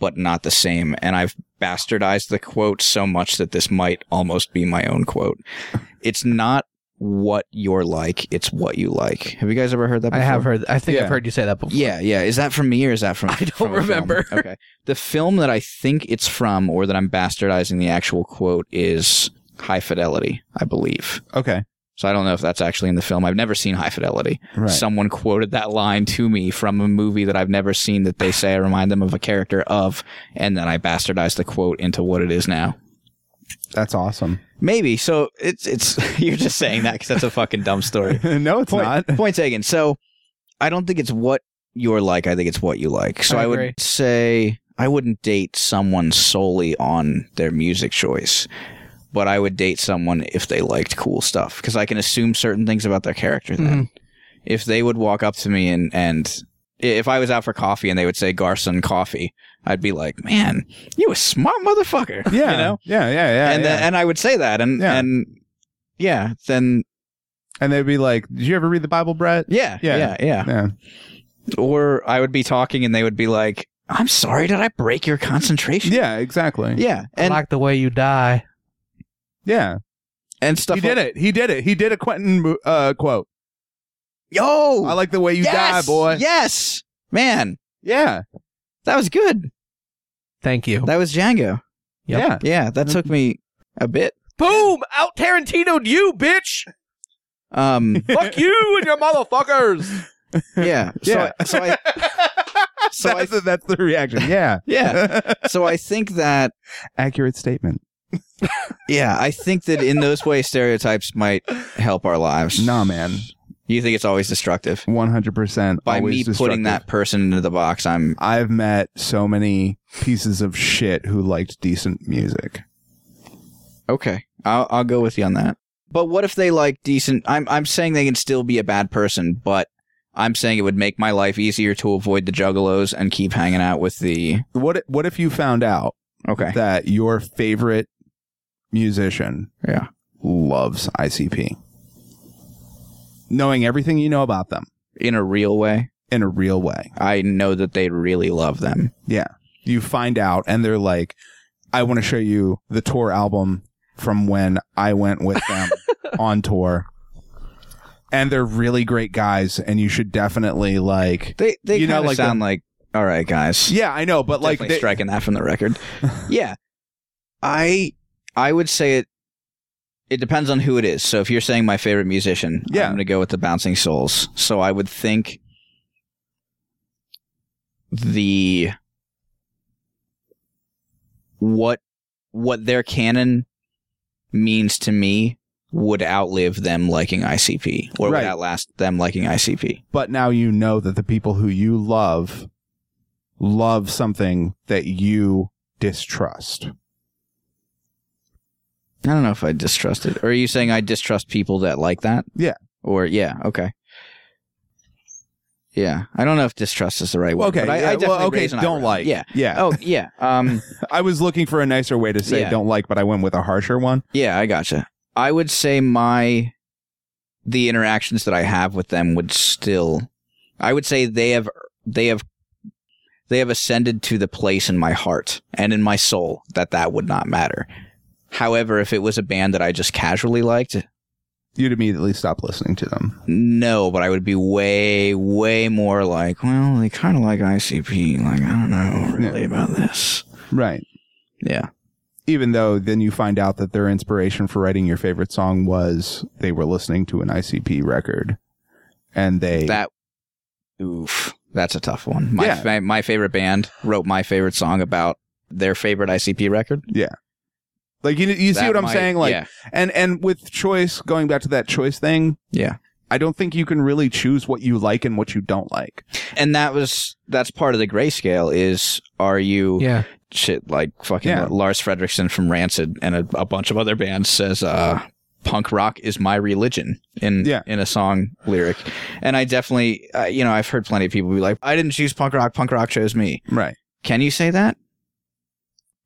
Speaker 2: but not the same. And I've bastardized the quote so much that this might almost be my own quote. It's not what you're like; it's what you like. Have you guys ever heard that?
Speaker 1: I
Speaker 2: Before?
Speaker 1: have heard. I think
Speaker 3: Yeah.
Speaker 1: I've heard you say that before.
Speaker 2: Yeah, yeah. Is that from me or is that from?
Speaker 1: I don't
Speaker 2: from a film?
Speaker 1: remember.
Speaker 2: Okay. The film that I think it's from, or that I'm bastardizing the actual quote, is High Fidelity, I believe.
Speaker 3: Okay.
Speaker 2: So I don't know if that's actually in the film. I've never seen High Fidelity.
Speaker 3: Right.
Speaker 2: Someone quoted that line to me from a movie that I've never seen that they say I remind them of a character of, and then I bastardized the quote into what it is now.
Speaker 3: That's awesome.
Speaker 2: Maybe. So it's it's you're just saying that because that's a fucking dumb story.
Speaker 3: no, it's
Speaker 2: Point-
Speaker 3: not.
Speaker 2: point taken. So I don't think it's what you're like. I think it's what you like. So
Speaker 1: I
Speaker 2: I,
Speaker 1: agree.
Speaker 2: would say I wouldn't date someone solely on their music choice, but I would date someone if they liked cool stuff because I can assume certain things about their character
Speaker 5: Mm-hmm.
Speaker 3: Mm-hmm.
Speaker 2: then.
Speaker 1: Mm-hmm.
Speaker 2: If they would walk up to me and, and if I was out for coffee and they would say Garson coffee, I'd be like, man, you a smart motherfucker.
Speaker 3: Yeah.
Speaker 2: You know?
Speaker 3: Yeah. Yeah. Yeah.
Speaker 2: and uh,
Speaker 3: yeah.
Speaker 2: then, and I would say that. And,
Speaker 3: Yeah.
Speaker 2: and yeah, then
Speaker 3: and they'd be like, "Did you ever read the Bible, Brett?"
Speaker 2: yeah,
Speaker 3: Yeah.
Speaker 2: yeah, yeah.
Speaker 3: Yeah.
Speaker 2: or I would be talking and they would be like, "I'm sorry, did I break your concentration?"
Speaker 3: Yeah. Exactly.
Speaker 2: yeah, and
Speaker 1: I like the way you die.
Speaker 3: Yeah.
Speaker 2: and stuff.
Speaker 3: He did it. He did it. He did a Quentin mo- uh, quote.
Speaker 2: Yo,
Speaker 3: I like the way you
Speaker 2: yes,
Speaker 3: die, boy.
Speaker 2: Yes, man,
Speaker 3: Yeah.
Speaker 2: that was good.
Speaker 1: Thank you.
Speaker 2: That was Django.
Speaker 1: Yep.
Speaker 3: Yeah.
Speaker 2: Yeah, that took me a bit.
Speaker 1: Boom! Out Tarantino'd you, bitch!
Speaker 2: Um,
Speaker 1: Fuck you and your motherfuckers!
Speaker 2: yeah,
Speaker 3: Yeah.
Speaker 2: So, so I, so I,
Speaker 3: that's, the- that's the reaction. Yeah.
Speaker 2: yeah, so I think that
Speaker 3: Accurate statement.
Speaker 2: yeah, I think that in those ways stereotypes might help our lives.
Speaker 3: Nah, man.
Speaker 2: you think it's always destructive
Speaker 3: One hundred percent.
Speaker 2: by me putting that person into the box. I'm
Speaker 3: I've met so many pieces of shit who liked decent music.
Speaker 2: Okay, I'll, I'll go with you on that. But what if they like decent? I'm I'm saying they can still be a bad person, but I'm saying it would make my life easier to avoid the juggalos and keep hanging out with the.
Speaker 3: What What if you found out
Speaker 2: Okay,
Speaker 3: that your favorite musician
Speaker 2: Yeah.
Speaker 3: loves ICP. Knowing everything you know about them
Speaker 2: in a real way,
Speaker 3: in a real way.
Speaker 2: I know that they really love them.
Speaker 3: You find out and they're like, I want to show you the tour album from when I went with them on tour. And they're really great guys and you should definitely like
Speaker 2: They they
Speaker 3: You know,
Speaker 2: kinda
Speaker 3: like
Speaker 2: sound like all right, guys.
Speaker 3: Yeah, I know, but like
Speaker 2: Definitely
Speaker 3: they-
Speaker 2: striking that from the record. yeah, I I would say it. It depends on who it is. So if you're saying my favorite musician,
Speaker 3: Yeah.
Speaker 2: I'm going to go with the Bouncing Souls. So I would think the what what their canon means to me would outlive them liking ICP or
Speaker 3: Right.
Speaker 2: would outlast them liking ICP.
Speaker 3: but now you know that the people who you love love something that you distrust.
Speaker 2: I don't know if I distrust it. Or are you saying I distrust people that like that?
Speaker 3: Yeah.
Speaker 2: Or yeah, okay. Yeah, I don't know if distrust is the right word.
Speaker 3: Okay,
Speaker 2: but I, I
Speaker 3: yeah,
Speaker 2: definitely
Speaker 3: well, okay,
Speaker 2: raise an
Speaker 3: don't
Speaker 2: eyebrow.
Speaker 3: like.
Speaker 2: Yeah.
Speaker 3: Yeah.
Speaker 2: Oh yeah. Um.
Speaker 3: I was looking for a nicer way to say
Speaker 2: Yeah.
Speaker 3: don't like, but I went with a harsher one.
Speaker 2: Yeah, I gotcha. I would say my the interactions that I have with them would still I would say they have they have they have ascended to the place in my heart and in my soul that that would not matter. However, if it was a band that I just casually liked,
Speaker 3: You'd immediately stop listening to them.
Speaker 2: No, but I would be way, way more like, well, they kind of like ICP. Like, I don't know really about this.
Speaker 3: Right.
Speaker 2: Yeah.
Speaker 3: even though then you find out that their inspiration for writing your favorite song was they were listening to an ICP record and they
Speaker 2: That oof, that's a tough one. My
Speaker 3: Yeah.
Speaker 2: fa- my favorite band wrote my favorite song about their favorite ICP record.
Speaker 3: like you, you see
Speaker 2: That
Speaker 3: what I'm
Speaker 2: might-
Speaker 3: saying like
Speaker 2: yeah,
Speaker 3: and and with choice going back to that choice thing
Speaker 2: yeah.
Speaker 3: I don't think you can really choose what you like and what you don't like
Speaker 2: And that was that's part of the grayscale is are you
Speaker 1: Yeah.
Speaker 2: shit like fucking
Speaker 3: Yeah.
Speaker 2: Lars Fredrickson from Rancid and a, a bunch of other bands says uh punk rock is my religion in
Speaker 3: Yeah.
Speaker 2: in a song lyric. And I definitely uh, you know I've heard plenty of people be like I didn't choose punk rock, punk rock chose me.
Speaker 3: right
Speaker 2: Can you say that?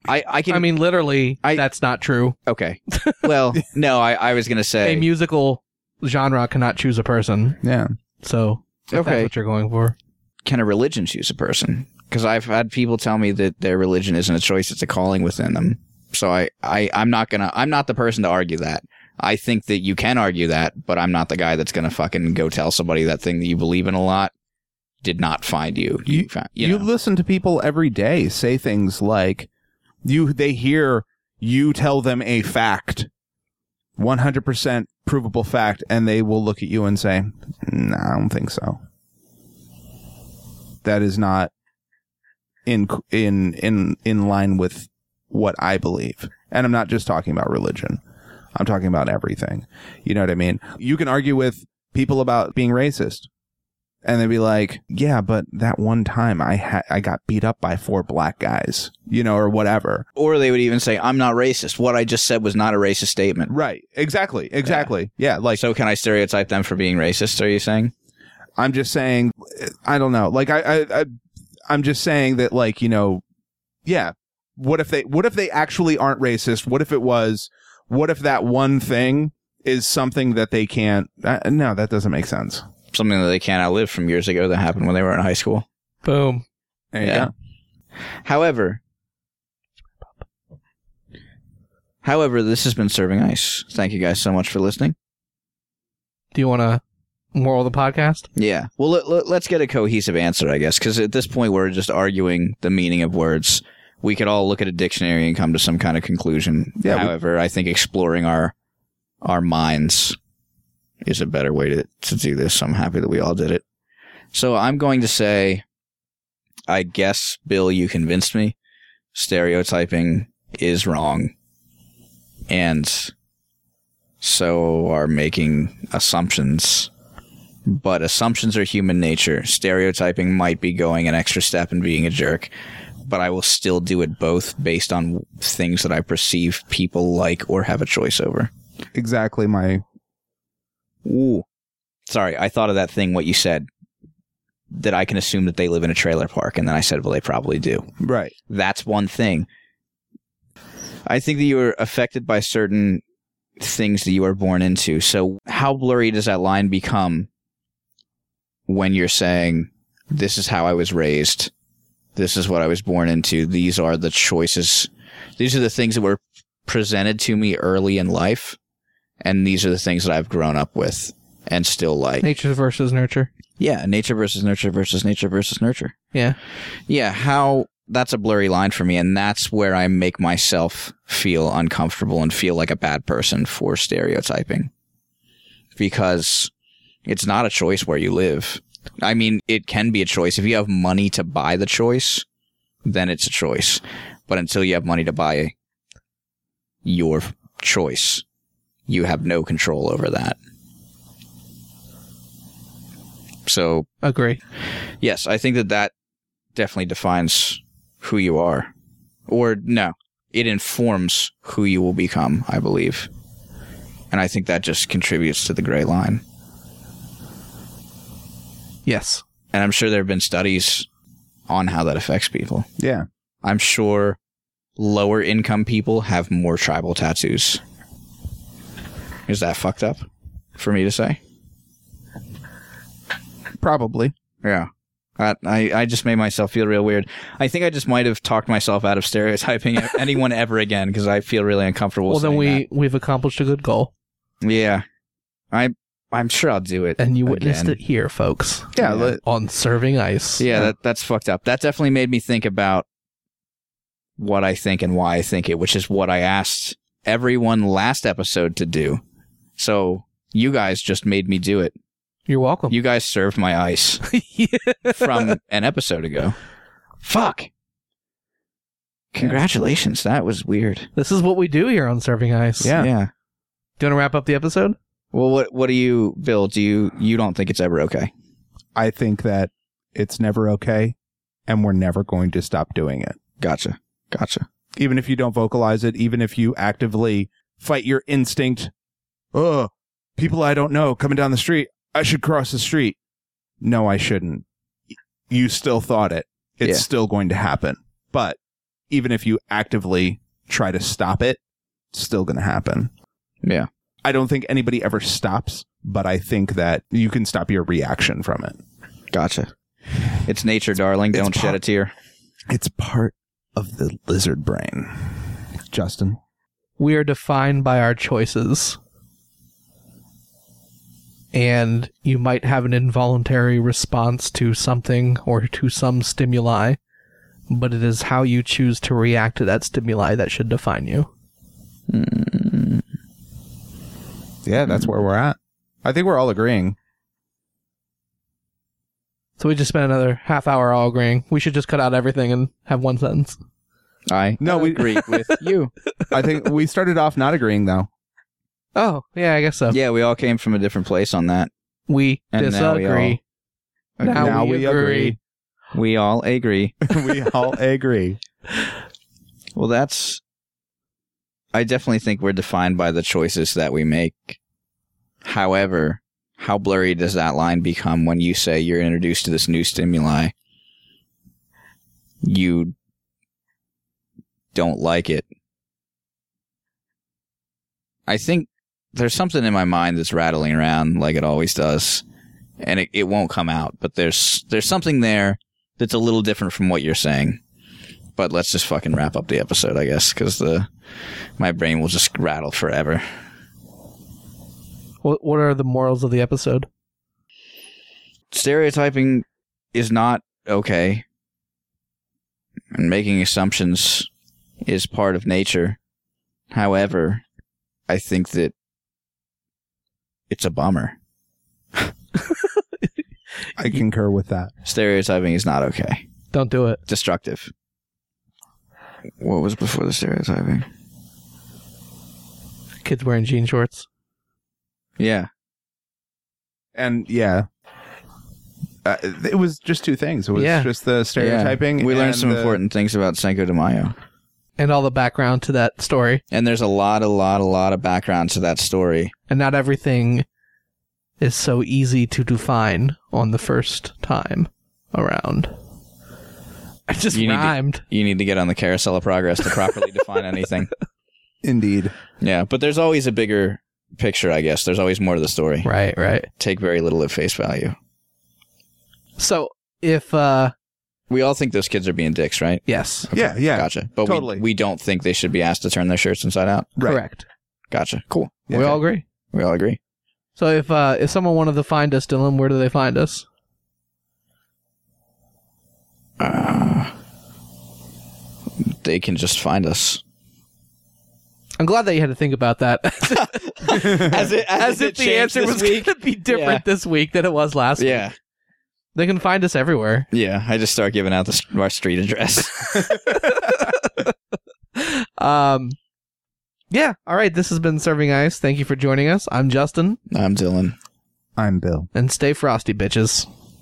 Speaker 2: I I can
Speaker 1: I mean, literally,
Speaker 2: I-
Speaker 1: that's not true.
Speaker 2: okay. Well, no, I I was going to say
Speaker 1: A musical genre cannot choose a person.
Speaker 3: yeah
Speaker 1: So if
Speaker 2: Okay.
Speaker 1: that's what you're going for.
Speaker 2: can a religion choose a person? Because I've had people tell me that their religion isn't a choice; it's a calling within them. So I, I, I'm not gonna, I'm not the person to argue that. I think that you can argue that, but I'm not the guy that's gonna fucking go tell somebody that thing that you believe in a lot did not find you. You, found, you,
Speaker 3: you
Speaker 2: know.
Speaker 3: listen to people every day say things like you they hear you tell them a fact 100% provable fact and they will look at you and say nah, i don't think so that is not in in in in line with what i believe and i'm not just talking about religion i'm talking about everything you know what i mean you can argue with people about being racist and they'd be like, "Yeah, but that one time I ha- I got beat up by four black guys, you know, or whatever."
Speaker 2: or they would even say, "I'm not racist. What I just said was not a racist statement."
Speaker 3: Right? Exactly. Exactly. Yeah. like
Speaker 2: so can I stereotype them for being racist? Are you saying?
Speaker 3: I'm just saying, I don't know. Like I, I, I I'm just saying that, like you know, yeah. What if they? What if they actually aren't racist? What if it was? What if that one thing is something that they can't? Uh, no, that doesn't make sense.
Speaker 2: Something that they can't outlive from years ago that happened when they were in high school.
Speaker 1: Boom.
Speaker 3: There you
Speaker 2: Yeah.
Speaker 3: go.
Speaker 2: However, however, this has been serving ice. Thank you guys so much for listening.
Speaker 1: Do you want to moral of the podcast?
Speaker 2: Yeah. Well, let, let, us get a cohesive answer, I guess, because at this point we're just arguing the meaning of words. We could all look at a dictionary and come to some kind of conclusion.
Speaker 3: Yeah, we-
Speaker 2: However, I think exploring our our minds is a better way to, to do this. I'm happy that we all did it. So I'm going to say, I guess, Bill, you convinced me. Stereotyping is wrong. And so are making assumptions but assumptions are human nature. Stereotyping might be going an extra step and being a jerk, but I will still do it both based on things that I perceive people like or have a choice over.
Speaker 3: Exactly my
Speaker 2: Ooh. Sorry, I thought of that thing what you said that I can assume that they live in a trailer park and then I said, "Well, they probably do."
Speaker 3: right.
Speaker 2: That's one thing. I think that you are affected by certain things that you are born into. So, how blurry does that line become when you're saying, This is how I was raised? This is what I was born into. These are the choices. These are the things that were presented to me early in life. And these are the things that I've grown up with and still like.
Speaker 1: Nature versus nurture.
Speaker 2: Yeah, nature versus nurture versus nature versus nurture.
Speaker 1: Yeah.
Speaker 2: Yeah, how that's a blurry line for me and that's where I make myself feel uncomfortable and feel like a bad person for stereotyping. Because it's not a choice where you live. I mean, it can be a choice. If you have money to buy the choice, then it's a choice. But until you have money to buy your choice, you have no control over that. So
Speaker 1: Agree.
Speaker 2: yes, I think that that definitely defines who you are. Or no, it informs who you will become, I believe. And I think that just contributes to the gray line.
Speaker 1: Yes.
Speaker 2: And I'm sure there have been studies on how that affects people.
Speaker 3: Yeah.
Speaker 2: I'm sure lower income people have more tribal tattoos. Is that fucked up for me to say?
Speaker 3: Probably.
Speaker 2: Yeah. I, I I just made myself feel real weird. I think I just might have talked myself out of stereotyping anyone ever again because I feel really uncomfortable.
Speaker 1: Well, then we
Speaker 2: saying
Speaker 1: we've accomplished a good goal,
Speaker 2: that. yeah, I I'm sure I'll do it.
Speaker 1: and you witnessed
Speaker 2: again.
Speaker 1: it here, folks,
Speaker 2: Yeah.
Speaker 3: Yeah. li-
Speaker 1: on serving ice.
Speaker 2: Yeah, that that's fucked up. That definitely made me think about what I think and why I think it, which is what I asked everyone last episode to do. So you guys just made me do it.
Speaker 5: You're
Speaker 1: Oh.
Speaker 5: welcome.
Speaker 2: You guys served my ice from an episode ago. Fuck. Congratulations. That was weird.
Speaker 5: this is what we do here on Serving Ice.
Speaker 3: Yeah.
Speaker 2: yeah.
Speaker 5: Do you want to wrap up the episode?
Speaker 2: Well, what what do you, Bill? Do you you don't think it's ever okay?
Speaker 3: I think that it's never okay, and we're never going to stop doing it.
Speaker 2: Gotcha, gotcha.
Speaker 3: Even if you don't vocalize it, even if you actively fight your instinct. Ugh, people I don't know coming down the street. I should cross the street. No, I shouldn't. Y- You still thought it. It's
Speaker 2: Yeah.
Speaker 3: still going to happen. But even if you actively try to stop it, it's still going to happen.
Speaker 2: Yeah,
Speaker 3: I don't think anybody ever stops, but I think that you can stop your reaction from it.
Speaker 2: gotcha. It's nature, darling.
Speaker 3: it's
Speaker 2: don't shed
Speaker 3: pop-
Speaker 2: a tear.
Speaker 3: It's part of the lizard brain. Justin.
Speaker 5: we are defined by our choices. And you might have an involuntary response to something or to some stimuli, but it is how you choose to react to that stimuli that should define you.
Speaker 3: Yeah, that's where we're at. I think we're all agreeing.
Speaker 5: So we just spent another half hour all agreeing. We should just cut out everything and have one sentence.
Speaker 2: I
Speaker 3: No, we-
Speaker 2: agree with you.
Speaker 3: I think we started off not agreeing though.
Speaker 5: Oh, yeah, I guess so.
Speaker 2: Yeah, we all came from a different place on that.
Speaker 5: We
Speaker 2: And now we all-
Speaker 5: disagree. Now,
Speaker 3: Now
Speaker 5: we,
Speaker 3: we
Speaker 5: agree.
Speaker 2: We all agree.
Speaker 3: we all agree.
Speaker 2: Well, that's. I definitely think we're defined by the choices that we make. However, how blurry does that line become when you say you're introduced to this new stimuli? You don't like it. I think there's something in my mind that's rattling around like it always does, and it, it won't come out. But there's there's something there that's a little different from what you're saying but let's just fucking wrap up the episode, I guess, because the my brain will just rattle forever.
Speaker 5: What, what are the morals of the episode?
Speaker 2: Stereotyping is not okay, and making assumptions is part of nature. However, I think that it's a bummer.
Speaker 3: I concur with that.
Speaker 2: Stereotyping is not okay.
Speaker 5: Don't do it.
Speaker 2: Destructive. What was before the stereotyping?
Speaker 5: Kids wearing jean shorts.
Speaker 2: Yeah.
Speaker 3: And yeah. Uh, it was just two things. It was
Speaker 5: Yeah.
Speaker 3: just the stereotyping.
Speaker 2: We learned
Speaker 3: and
Speaker 2: some
Speaker 3: the-
Speaker 2: important things about Cinco de Mayo.
Speaker 5: And all the background to that story.
Speaker 2: And there's a lot, a lot, a lot of background to that story.
Speaker 5: and not everything is so easy to define on the first time around. I just
Speaker 2: You need to-
Speaker 5: rhymed.
Speaker 2: you need to get on the carousel of progress to properly define anything.
Speaker 3: Indeed.
Speaker 2: Yeah, but there's always a bigger picture, I guess. There's always more to the story.
Speaker 5: Right, right.
Speaker 2: Take very little at face value.
Speaker 5: So if uh
Speaker 2: We all think those kids are being dicks, right?
Speaker 5: yes,
Speaker 3: Yeah, yeah.
Speaker 2: Gotcha. But
Speaker 3: Totally.
Speaker 2: we, we don't think they should be asked to turn their shirts inside out.
Speaker 3: Right.
Speaker 5: correct.
Speaker 2: Gotcha. Cool.
Speaker 3: Yeah,
Speaker 5: We
Speaker 3: okay.
Speaker 5: all agree.
Speaker 2: We all agree.
Speaker 5: So if uh if someone wanted to find us, Dylan, where do they find us?
Speaker 2: Uh, They can just find us.
Speaker 5: I'm glad that you had to think about that.
Speaker 2: As, it,
Speaker 5: As if the answer was gonna be different
Speaker 2: Yeah.
Speaker 5: this week than it was last week.
Speaker 2: Yeah.
Speaker 5: They can find us everywhere.
Speaker 2: Yeah. I just start giving out the, st- our street address.
Speaker 5: Um yeah, all right. This has been Serving Ice. Thank you for joining us. I'm Justin,
Speaker 2: I'm Dylan.
Speaker 3: I'm Bill.
Speaker 5: and stay frosty, bitches.